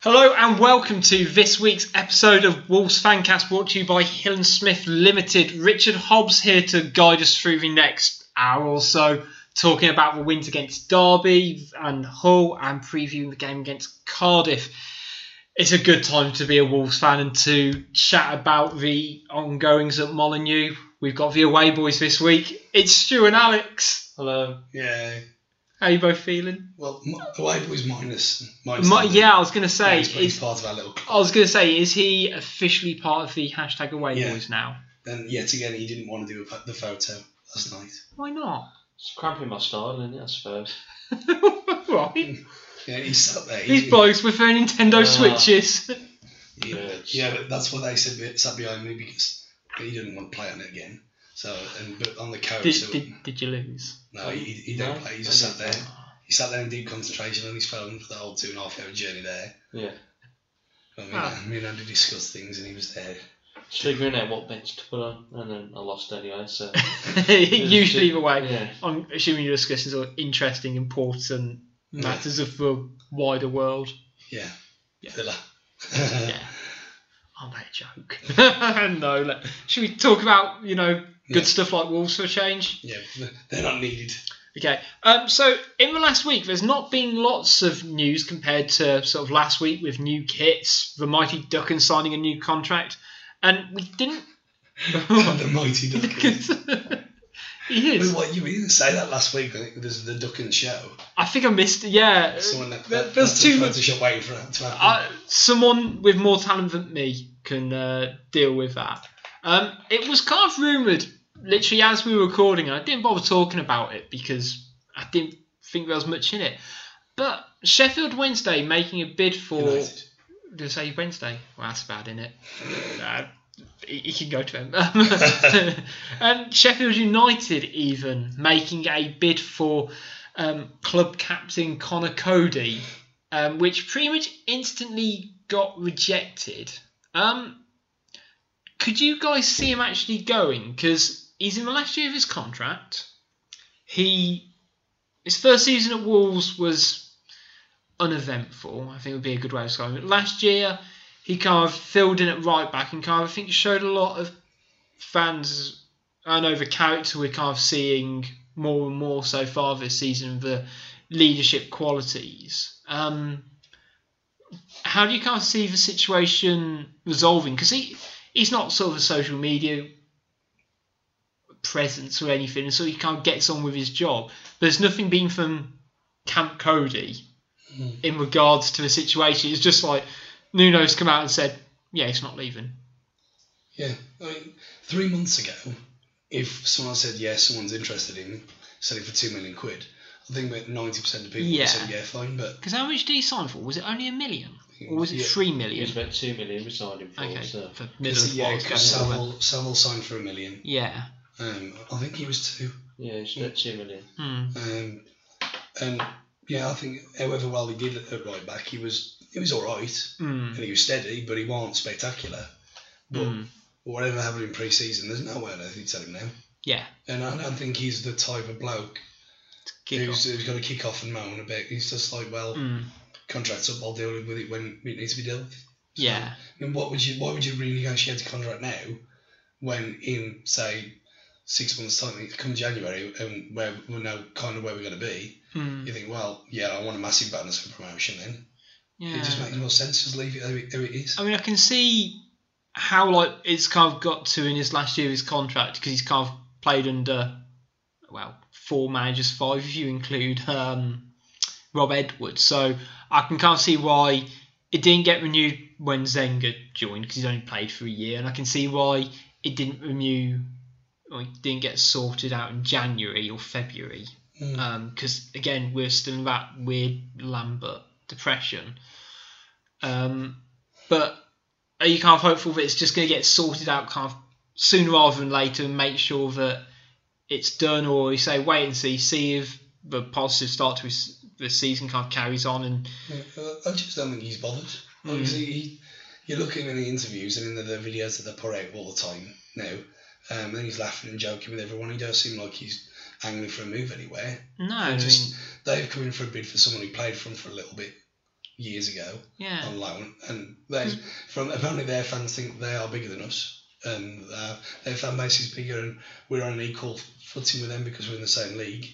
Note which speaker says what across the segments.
Speaker 1: Hello and welcome to this week's episode of Wolves Fancast brought to you by Hill and Smith Limited. Richard Hobbs here to guide us through the next hour or so, talking about the wins against Derby and Hull and previewing the game against Cardiff. It's a good time to be a Wolves fan and to chat about the ongoings at Molyneux. We've got the away boys this week. It's Stu and Alex. Hello.
Speaker 2: Yeah.
Speaker 1: How you both feeling?
Speaker 2: Well, m- away boys minus. minus
Speaker 1: My,
Speaker 2: London.
Speaker 1: yeah, I was going to say,
Speaker 2: He's,
Speaker 1: it's,
Speaker 2: he's part of our little.
Speaker 1: I was going to say, is he officially part of the hashtag away
Speaker 2: Yeah.
Speaker 1: boys now?
Speaker 2: And yet again, he didn't want to do a po- the photo last night.
Speaker 1: Why not?
Speaker 3: It's cramping my style, isn't it? I suppose.
Speaker 1: right.
Speaker 2: Yeah, he sat there. he-
Speaker 1: These blokes with their Nintendo
Speaker 3: Ah.
Speaker 1: Switches.
Speaker 2: he- yeah, but that's what they said, be- sat behind me because he didn't want to play on it again. So, and but on the coach,
Speaker 1: did,
Speaker 2: so,
Speaker 1: did, did you lose?
Speaker 2: no, he, he don't
Speaker 3: No,
Speaker 2: play. He
Speaker 3: I
Speaker 2: just sat
Speaker 3: don't.
Speaker 2: there. He sat there in deep concentration on his phone for the whole two and a half hour journey there.
Speaker 3: Yeah.
Speaker 2: I mean,
Speaker 1: Ah.
Speaker 2: me and Andy discussed things, and he was there.
Speaker 3: Just figuring out what bench to put on, and then I lost anyway. So
Speaker 1: Usually the way.
Speaker 3: Yeah.
Speaker 1: I'm assuming you're discussing sort of interesting, important matters of the wider world.
Speaker 2: Yeah.
Speaker 1: Yeah.
Speaker 2: Villa.
Speaker 1: Oh, mate, joke. no, let, should we talk about, you know, good
Speaker 2: Yeah.
Speaker 1: stuff like Wolves for a change?
Speaker 2: yeah, they're not needed.
Speaker 1: Okay. Um, so in the last week, there's not been lots of news compared to sort of last week with new kits, the mighty Duckin signing a new contract, and we didn't.
Speaker 2: the mighty Duckin.
Speaker 1: he
Speaker 2: Wait,
Speaker 1: is.
Speaker 2: what you didn't say that last week? I think there's the Duckin show.
Speaker 1: I think I missed. Yeah.
Speaker 2: Someone that,
Speaker 1: There-
Speaker 2: that
Speaker 1: there's
Speaker 2: that's
Speaker 1: too
Speaker 2: in
Speaker 1: much.
Speaker 2: Photoshop waiting for that to happen.
Speaker 1: I, someone with more talent than me can uh, deal with that. Um, it was kind of rumored, literally as we were recording, and I didn't bother talking about it because I didn't think there was much in it. But Sheffield Wednesday making a bid for.
Speaker 2: United.
Speaker 1: Did I say Wednesday? Well, that's bad, isn't it? Uh, he he can go to him. um, Sheffield United even making a bid for um, club captain Connor Cody, um, which pretty much instantly got rejected. Um, could you guys see him actually going? Because he's in the last year of his contract. He his first season at Wolves was uneventful. I think would be a good way of describing it. Last year, he kind of filled in at right back and kind of I think showed a lot of fans. I know the character we're kind of seeing more and more so far this season. The leadership qualities. Um, how do you kind of see the situation resolving? Because he he's not sort of a social media presence or anything, so he kind of gets on with his job. There's nothing being from Camp Cody
Speaker 2: Hmm.
Speaker 1: in regards to the situation. It's just like Nuno's come out and said, "Yeah, it's not leaving."
Speaker 2: Yeah, I mean, three months ago, if someone said yes, someone's interested in him, selling for two million quid, I think about ninety percent of people
Speaker 1: Yeah.
Speaker 2: would say yeah, fine, but
Speaker 1: Because how much did he sign for? Was it only a million, or was it
Speaker 2: Yeah.
Speaker 1: three
Speaker 3: It was
Speaker 1: million?
Speaker 3: about two million we signed him for.
Speaker 1: Okay,
Speaker 3: So.
Speaker 1: for middle
Speaker 2: because
Speaker 1: of
Speaker 2: yeah,
Speaker 1: what was
Speaker 2: because
Speaker 1: going on.
Speaker 2: Savile, Savile signed for a million.
Speaker 1: Yeah.
Speaker 2: Um, I think he was two.
Speaker 3: Yeah, it's about two million.
Speaker 1: Hmm.
Speaker 2: Um, and yeah, I think however well he did at right back, he was he was all right,
Speaker 1: Hmm.
Speaker 2: and he was steady, but he wasn't spectacular. But
Speaker 1: Hmm.
Speaker 2: whatever happened in pre-season, there's no way on earth he'd sell him now.
Speaker 1: Yeah.
Speaker 2: And I don't think he's the type of bloke
Speaker 1: Kick
Speaker 2: who's,
Speaker 1: off.
Speaker 2: who's going to kick off and moan a bit. He's just like, well,
Speaker 1: Hmm.
Speaker 2: contract's up, I'll deal with it when it needs to be dealt with.
Speaker 1: Yeah.
Speaker 2: I mean, what would you, why would you renegotiate a contract now when in, say, six months' time, come January, and where we know kind of where we're going to be,
Speaker 1: Hmm.
Speaker 2: you think, well, yeah, I want a massive bonus for promotion then.
Speaker 1: Yeah.
Speaker 2: It just makes more sense. Just leave it how it, how it is.
Speaker 1: I mean, I can see how like it's kind of got to in his last year of his contract because he's kind of played under well four managers, five if you include um, Rob Edwards. So I can kind of see why it didn't get renewed when Zenga joined because he's only played for a year, and I can see why it didn't renew or it didn't get sorted out in January or February because again we're still in that weird Lambert depression. Um, but are you kind of hopeful that it's just going to get sorted out kind of sooner rather than later and make sure that it's done, or you say wait and see, see if the positive start to his, the season kind of carries on and
Speaker 2: Yeah, I Uh, just don't think he's bothered. Like, you see, he, you look at him in the interviews and in the, the videos that they put out all the time now, um, and he's laughing and joking with everyone. He does seem like he's angling for a move anywhere.
Speaker 1: no, I
Speaker 2: Just
Speaker 1: mean,
Speaker 2: they've come in for a bid for someone who played for them for a little bit years ago
Speaker 1: yeah,
Speaker 2: on loan, and they from apparently their fans think they are bigger than us, and uh, their fan base is bigger, and we're on an equal footing with them because we're in the same league.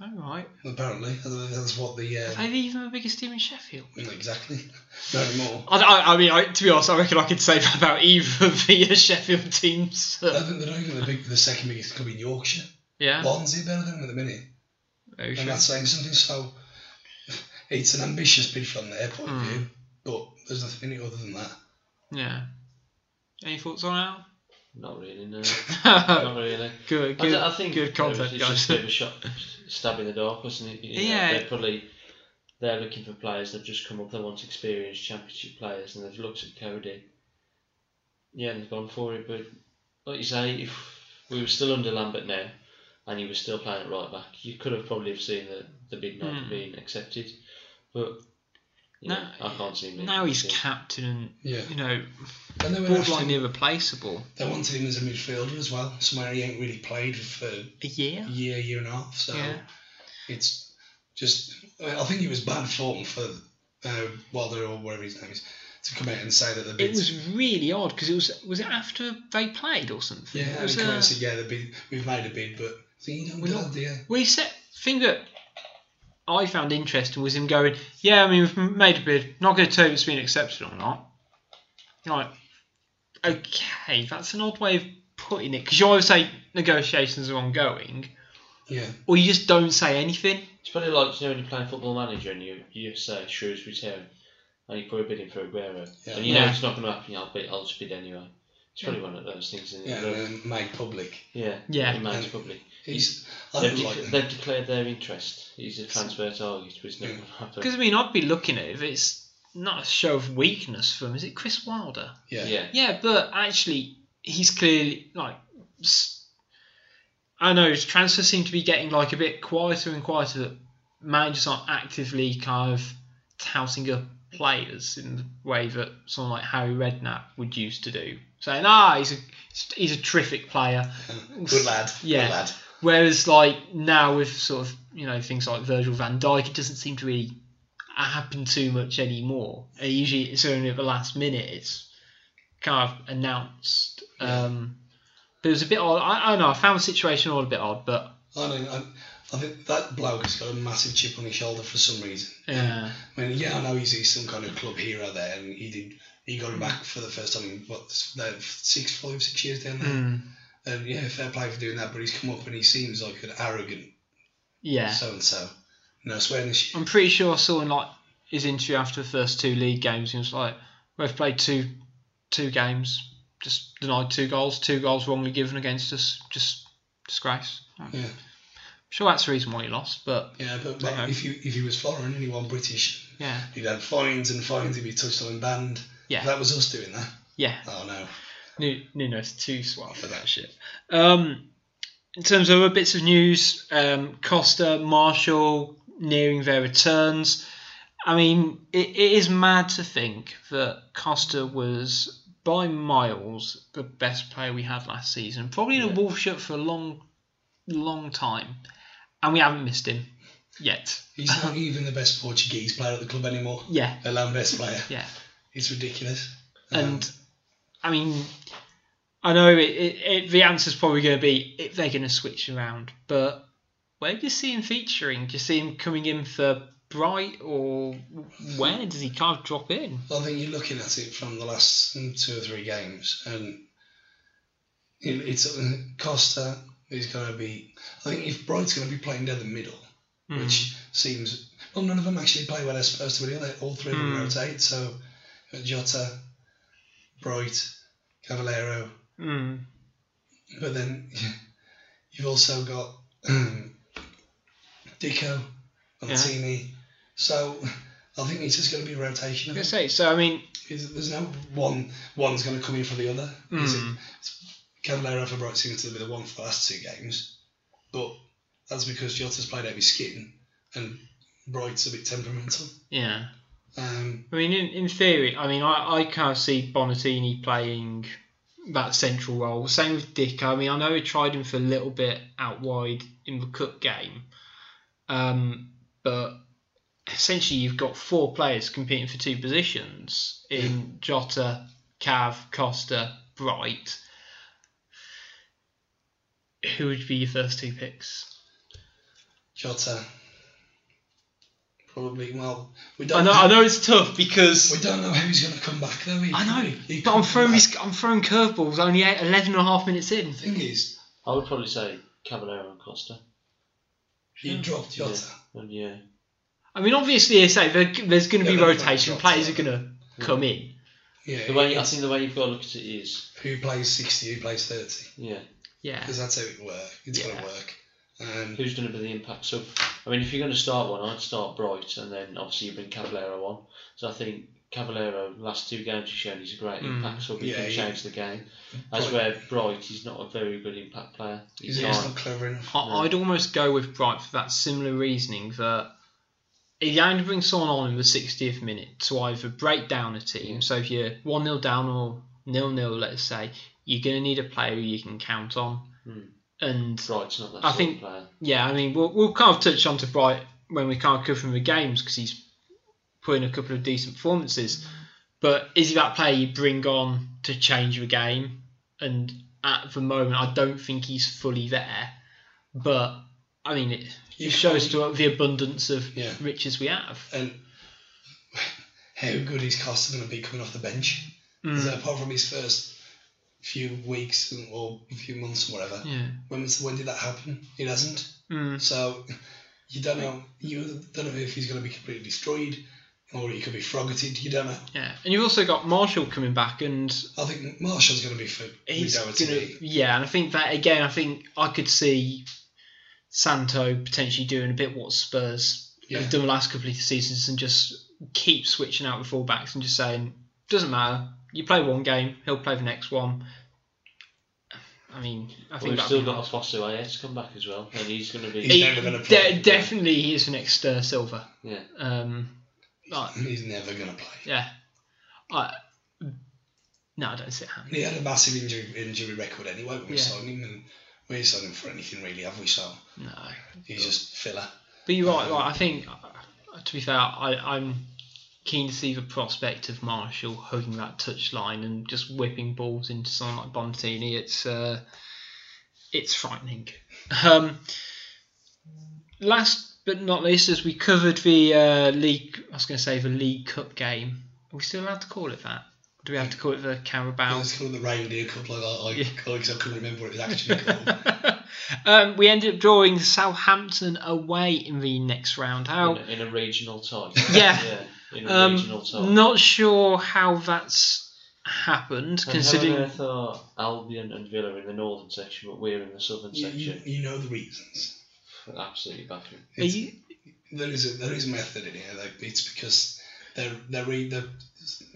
Speaker 1: all right.
Speaker 2: Apparently, that's what the
Speaker 1: Are
Speaker 2: uh,
Speaker 1: they even the biggest team in Sheffield?
Speaker 2: exactly not anymore.
Speaker 1: I, I, I mean, I, to be honest, I reckon I could say that about either of the uh, Sheffield teams.
Speaker 2: I think they're not even the, big, the second biggest club in Yorkshire.
Speaker 1: yeah,
Speaker 2: Barnsley are better than them at the minute.
Speaker 1: very
Speaker 2: And
Speaker 1: true.
Speaker 2: that's saying something so. It's an ambitious bid from their point
Speaker 1: Hmm.
Speaker 2: of view, but there's nothing in it other than that.
Speaker 1: Yeah. Any thoughts on
Speaker 3: Not really, no.
Speaker 1: that?
Speaker 3: Not really.
Speaker 1: good,
Speaker 3: I,
Speaker 1: good,
Speaker 3: th- I think
Speaker 1: good
Speaker 3: it was
Speaker 1: content,
Speaker 3: just
Speaker 1: guys.
Speaker 3: a bit of a shot, stab in the dark, wasn't it? You know,
Speaker 1: Yeah.
Speaker 3: They're probably they're looking for players. They've just come up. They want experienced championship players, and they've looked at Cody. Yeah, and they've gone for it. But like you say, if we were still under Lambert now, and he was still playing at right back, you could have probably have seen the the big name being accepted. But you know,
Speaker 1: Hmm. No,
Speaker 3: I can't see him.
Speaker 1: Now he's
Speaker 3: leaving.
Speaker 1: captain and
Speaker 2: Yeah.
Speaker 1: you know
Speaker 2: And they, went
Speaker 1: borderline
Speaker 2: after,
Speaker 1: irreplaceable.
Speaker 2: they wanted him as a midfielder as well, somewhere he ain't really played for a
Speaker 1: A year.
Speaker 2: year, year and a half. So
Speaker 1: Yeah.
Speaker 2: it's just. I think it was bad form for uh, Wilder or whatever his name is to come out and say that the
Speaker 1: It
Speaker 2: bid's.
Speaker 1: was really odd because it was was it after they played or something?
Speaker 2: yeah,
Speaker 1: It
Speaker 2: and
Speaker 1: was,
Speaker 2: come out
Speaker 1: uh,
Speaker 2: and say, yeah, the bid, we've made a bid, but I think you don't
Speaker 1: We're
Speaker 2: do
Speaker 1: not-
Speaker 2: that, do you?
Speaker 1: Well, he said thing that I found interesting was him going, "Yeah, I mean, we've made a bid. Not going to tell you if it's been accepted or not." You're like, okay, that's an odd way of putting it because you always say negotiations are ongoing,
Speaker 2: Yeah.
Speaker 1: or you just don't say anything.
Speaker 3: It's probably like you know when you're playing football manager and you you say Shrewsbury Town and you put a bid in for Aguero
Speaker 2: Yeah.
Speaker 3: and you know
Speaker 1: Yeah.
Speaker 3: it's not going to happen. I'll bid. I'll just bid anyway. It's probably one of those things. Isn't
Speaker 2: Yeah,
Speaker 3: it?
Speaker 2: and then made public.
Speaker 3: yeah,
Speaker 1: Yeah.
Speaker 3: It man's
Speaker 2: And
Speaker 3: probably.
Speaker 2: He's. I
Speaker 3: They've,
Speaker 2: don't
Speaker 3: de-
Speaker 2: like him.
Speaker 3: they've declared their interest. He's a transfer target, but it's not going to happen.
Speaker 1: Because I mean, I'd be looking at it if it's not a show of weakness from is it Chris Wilder?
Speaker 2: Yeah.
Speaker 3: yeah,
Speaker 1: Yeah, but actually, he's clearly like. s- I know his transfers seem to be getting like a bit quieter and quieter. Managers aren't actively kind of touting up players in the way that someone like Harry Redknapp would used to do, saying, "Ah, he's a he's a terrific player."
Speaker 2: Good lad.
Speaker 1: Yeah.
Speaker 2: Good lad.
Speaker 1: Whereas like now with sort of you know things like Virgil Van Dijk, it doesn't seem to really happen too much anymore. Uh, usually it's only at the last minute it's kind of announced. Um, but it was a bit odd. I, I don't know. I found the situation all a bit odd, but
Speaker 2: I don't. I, I think that bloke has got a massive chip on his shoulder for some reason.
Speaker 1: yeah,
Speaker 2: I mean, yeah, I know he's, he's some kind of club hero there, and he did. He got him back for the first time in what s- no, six, five, six years down there. And yeah, fair play for doing that. But he's come up and he seems like an arrogant
Speaker 1: yeah.
Speaker 2: so and so. No swearing this year.
Speaker 1: I'm pretty sure I saw in like his interview after the first two league games, he was like, "We've played two two games, just denied two goals, two goals wrongly given against us, just disgrace."
Speaker 2: Yeah,
Speaker 1: sure that's the reason why he lost, but
Speaker 2: yeah. But mate,
Speaker 1: Okay.
Speaker 2: if you if he was foreign and he won British,
Speaker 1: yeah,
Speaker 2: he'd had fines and fines. He'd be touched on and banned.
Speaker 1: Yeah.
Speaker 2: If that was us doing that.
Speaker 1: yeah.
Speaker 2: Oh no.
Speaker 1: Nu- Nuno's too smart for that shit. Um, in terms of other bits of news, um, Costa, Marshall nearing their returns. I mean, it, it is mad to think that Costa was by miles the best player we had last season, probably in a wolf shirt for a long, long time, and we haven't missed him yet.
Speaker 2: He's not even the best Portuguese player at the club anymore.
Speaker 1: Yeah,
Speaker 2: A land best player.
Speaker 1: yeah.
Speaker 2: It's ridiculous.
Speaker 1: And I mean, I know it, it, it, the answer's probably going to be if they're going to switch around, but where do you see him featuring? Do you see him coming in for Bright or where does he kind of drop in?
Speaker 2: Well, I think you're looking at it from the last mm, two or three games, and it, it's uh, Costa is going to be. I think if Bright's going to be playing down the middle,
Speaker 1: Hmm.
Speaker 2: which seems well, none of them actually play where they're supposed to be. do they? All three of
Speaker 1: Hmm.
Speaker 2: them rotate. So uh, Jota, Bright, Cavallero,
Speaker 1: Mm.
Speaker 2: but then you've also got Dico, Montini. So I think it's just going to be a rotation. Of
Speaker 1: I
Speaker 2: it.
Speaker 1: say so. I mean,
Speaker 2: Is, there's no one one's going to come in for the other.
Speaker 1: Hmm.
Speaker 2: Is it? Cavallero for Bright seems to be the one for the last two games, but that's because Jota's played out of his skin and Bright's a bit temperamental.
Speaker 1: yeah.
Speaker 2: Um,
Speaker 1: I mean, in, in theory, I mean, I, I kind of see Bonatini playing that central role. Same with Dick. I mean, I know we tried him for a little bit out wide in the Cup game, um, but essentially you've got four players competing for two positions in Jota, Cav, Costa, Bright. Who would be your first two picks?
Speaker 2: Jota probably well. We
Speaker 1: I
Speaker 2: don't.
Speaker 1: know, I know it's tough
Speaker 2: We
Speaker 1: because
Speaker 2: don't know who's going to come back though. He
Speaker 1: I
Speaker 2: could-
Speaker 1: know,
Speaker 2: he
Speaker 1: but
Speaker 2: could
Speaker 1: I'm
Speaker 2: come
Speaker 1: throwing
Speaker 2: back.
Speaker 1: these, I'm throwing curveballs only eight, 11 and a half minutes in.
Speaker 2: The thing is,
Speaker 3: I would probably say Caballero and Costa.
Speaker 1: Mm.
Speaker 2: he dropped
Speaker 3: Yeah.
Speaker 2: Jota.
Speaker 3: And yeah.
Speaker 1: I mean, obviously, as I say there, there's going to
Speaker 2: Yeah,
Speaker 1: be
Speaker 2: but it's
Speaker 1: rotation.
Speaker 2: not
Speaker 1: Players are
Speaker 2: dropped,
Speaker 1: going to come in.
Speaker 2: Yeah,
Speaker 3: The way I think the way you've got to look at it is
Speaker 2: who plays 60, who plays 30.
Speaker 3: yeah.
Speaker 1: Yeah.
Speaker 2: Because that's how it works. It's going
Speaker 1: Yeah.
Speaker 2: to work. Um,
Speaker 3: Who's going to be the impact? So, I mean, if you're going to start one, I'd start Bright, and then obviously you bring Cavallero on. So I think Cavallero, last two games he's shown he's a great
Speaker 1: Mm.
Speaker 3: impact sub. He
Speaker 2: Yeah,
Speaker 3: can
Speaker 2: he-
Speaker 3: change the game. That's
Speaker 2: Bright-
Speaker 3: where Bright, he's not a very good impact player.
Speaker 2: he's
Speaker 3: He's
Speaker 2: he's
Speaker 3: not.
Speaker 2: not clever enough.
Speaker 1: I, I'd almost go with Bright for that similar reasoning that if you're going to bring someone on in the 60th minute to either break down a team, so if you're 1 0 down or nil nil, let's say, you're going to need a player who you can count on. And
Speaker 3: Bright's not that
Speaker 1: I
Speaker 3: sort
Speaker 1: think-
Speaker 3: of player.
Speaker 1: Yeah, I mean, we'll, we'll kind of touch on to Bright when we kind of cover him the games because he's put in a couple of decent performances. But is he that player you bring on to change the game? And at the moment, I don't think he's fully there. But I mean, it, it shows to the abundance of
Speaker 2: Yeah.
Speaker 1: riches we have.
Speaker 2: And how good is Costa going to be coming off the bench? So
Speaker 1: Mm.
Speaker 2: apart from his first few weeks and- or a few months or whatever,
Speaker 1: Yeah. Mm.
Speaker 2: when, was- when did that happen? It hasn't. So you don't know. You don't know if he's going to be completely destroyed or he could be frogged. You don't know.
Speaker 1: Yeah, and you've also got Marshall coming back, and
Speaker 2: I think Marshall's going to be for
Speaker 1: he's
Speaker 2: Doherty.
Speaker 1: gonna, yeah, and I think that again, I think I could see Santo potentially doing a bit what Spurs
Speaker 2: Yeah.
Speaker 1: have done the last couple of seasons and just keep switching out the fullbacks and just saying doesn't matter. You play one game, he'll play the next one. I mean, I
Speaker 3: Well,
Speaker 1: think
Speaker 3: we've
Speaker 1: that'd
Speaker 3: still
Speaker 1: be
Speaker 3: got
Speaker 1: nice.
Speaker 3: Afonso Ayet to come back as well, and he's going to be
Speaker 2: He's
Speaker 1: He-
Speaker 2: never gonna
Speaker 1: de-
Speaker 2: play, yeah.
Speaker 1: definitely he is the next uh, Silver.
Speaker 3: yeah.
Speaker 1: Um, like,
Speaker 2: He's never going to play.
Speaker 1: yeah, I, no, I don't see it happening.
Speaker 2: He had a massive injury injury record anyway when we
Speaker 1: Yeah.
Speaker 2: signed him, and we ain't signed him for anything really, have we? So
Speaker 1: No.
Speaker 2: he's just filler.
Speaker 1: But you're right. Like, I think, uh, to be fair, I, I'm keen to see the prospect of Marshall hugging that touchline and just whipping balls into someone like Bontini. It's uh, it's frightening. Um, last but not least, as we covered the uh, league, I was going to say the League Cup game. Are we still allowed to call it that? Do we have to call it the Carabao?
Speaker 2: It's called the Reindeer Cup, like I, I, because I couldn't remember what it was actually called.
Speaker 1: Um, we ended up drawing Southampton away in the next round. How
Speaker 3: In, a, in a regional tie.
Speaker 1: Oh. Yeah.
Speaker 3: yeah. In a regional
Speaker 1: Um,
Speaker 3: tie.
Speaker 1: not sure how that's happened,
Speaker 3: And how on
Speaker 1: considering.
Speaker 3: earth are Albion and Villa in the northern section, but we're in the southern
Speaker 2: you, you,
Speaker 3: section?
Speaker 2: you know the reasons.
Speaker 3: Absolutely baffling.
Speaker 1: Are you,
Speaker 2: There is a there is a method in here. Like it's because they're they're re, they're,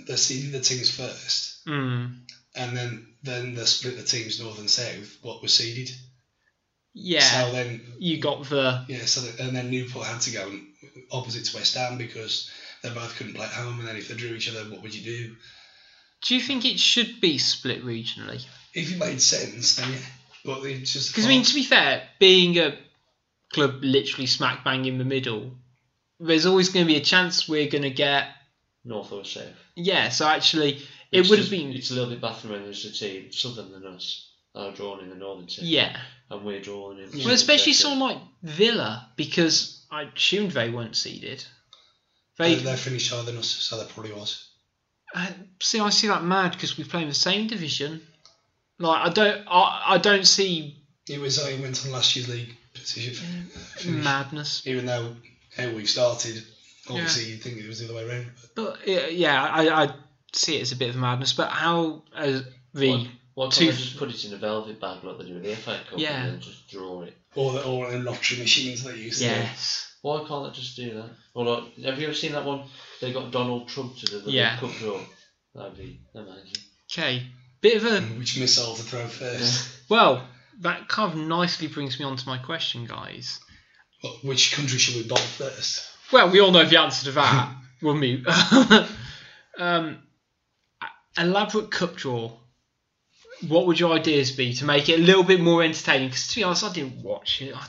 Speaker 2: they're seeding the teams first,
Speaker 1: mm,
Speaker 2: and then then they split the teams north and south. What was seeded.
Speaker 1: yeah,
Speaker 2: So then
Speaker 1: you got the.
Speaker 2: Yeah, so that, and then Newport had to go opposite to West Ham because they both couldn't play at home, and then if they drew each other, what would you do?
Speaker 1: Do you think it should be split regionally?
Speaker 2: If it made sense, then yeah. But it's just
Speaker 1: Because I mean, to be fair, being a club literally smack bang in the middle, there's always going to be a chance we're going to get.
Speaker 3: North or south.
Speaker 1: Yeah, so actually, it
Speaker 3: It's
Speaker 1: would have
Speaker 3: just-
Speaker 1: been.
Speaker 3: It's a little bit baffling when there's a team southern than us are drawn in the northern section,
Speaker 1: Yeah.
Speaker 3: and we're drawn in. the
Speaker 1: Well,
Speaker 3: southern
Speaker 1: especially
Speaker 3: section.
Speaker 1: someone like Villa, because I assumed they weren't seeded. They,
Speaker 2: They're, they're finished higher than us, so that probably was.
Speaker 1: I- Uh, see, I see that mad because we play in the same division. Like, I don't, I, I don't see
Speaker 2: It was I went on last year's league position, finish.
Speaker 1: madness.
Speaker 2: even though how we started. Obviously, you'd think it was the other way around. But
Speaker 1: But yeah, yeah, I, I see it as a bit of madness. But how uh, the
Speaker 3: What, what
Speaker 1: two-
Speaker 3: can just put it in a velvet bag like they do with the FA Cup
Speaker 1: Yeah.
Speaker 3: and then just draw it?
Speaker 2: or the, or the lottery machines they used. to do.
Speaker 1: yes,
Speaker 3: Why can't they just do that? Or like, have you ever seen that one? They got Donald Trump to do the
Speaker 1: Yeah.
Speaker 3: cup draw. That'd be amazing.
Speaker 1: okay, bit of a
Speaker 2: Which missile to throw first?
Speaker 1: well. That kind of nicely brings me on to my question, guys.
Speaker 2: What- Which country should we bomb first?
Speaker 1: Well, we all know the answer to that, wouldn't we? um, a- elaborate cup draw. What would your ideas be to make it a little bit more entertaining? Because to be honest, I didn't watch it. I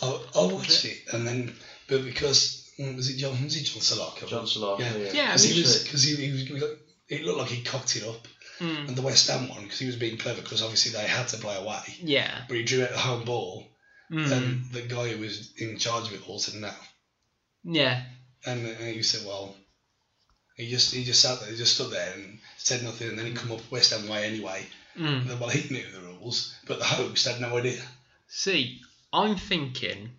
Speaker 1: can't-
Speaker 2: I, I watched it, and then but because mm, was it John was it John Salako?
Speaker 3: John Salako, yeah.
Speaker 1: Yeah,
Speaker 2: because he was
Speaker 3: literally.
Speaker 2: because he, he was it looked like he cocked it up,
Speaker 1: Mm.
Speaker 2: and the West Ham one because he was being clever because obviously they had to play away,
Speaker 1: yeah. Mm.
Speaker 2: but he drew out the home ball, and the guy who was in charge of it all said no,
Speaker 1: Yeah.
Speaker 2: and, uh, and he said well. He just he just sat there, he just stood there and said nothing, and then he come up West Ham way anyway.
Speaker 1: Mm.
Speaker 2: And then, well, he knew the rules, but the host had no idea.
Speaker 1: See, I'm thinking.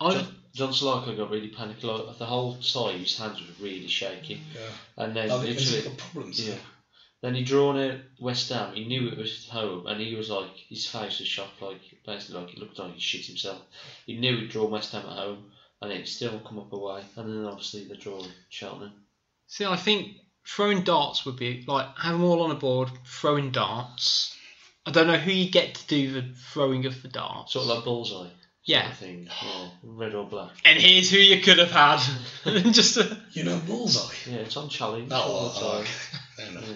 Speaker 1: I'm,
Speaker 3: John, John Salako got really panicked. Like, the whole side, his hands were really shaking. And then
Speaker 2: Oh, because he
Speaker 3: literally,
Speaker 2: got problems.
Speaker 3: yeah. Then he drawn it West Ham. He knew it was at home, and he was like, his face was shocked, like basically like he looked like he shit himself. He knew he'd drawn West Ham at home, and it still come up away. And then obviously they draw Cheltenham.
Speaker 1: see, I think throwing darts would be like have them all on a board, throwing darts. I don't know who you get to do the throwing of the darts.
Speaker 3: sort of like bullseye.
Speaker 1: Yeah.
Speaker 3: Thing, or red or black.
Speaker 1: And here's who you could have had. Just uh, a,
Speaker 2: You know, bullseye.
Speaker 3: Yeah, it's on challenge.
Speaker 2: Oh,
Speaker 3: all the
Speaker 2: oh,
Speaker 3: time.
Speaker 2: okay. Fair enough.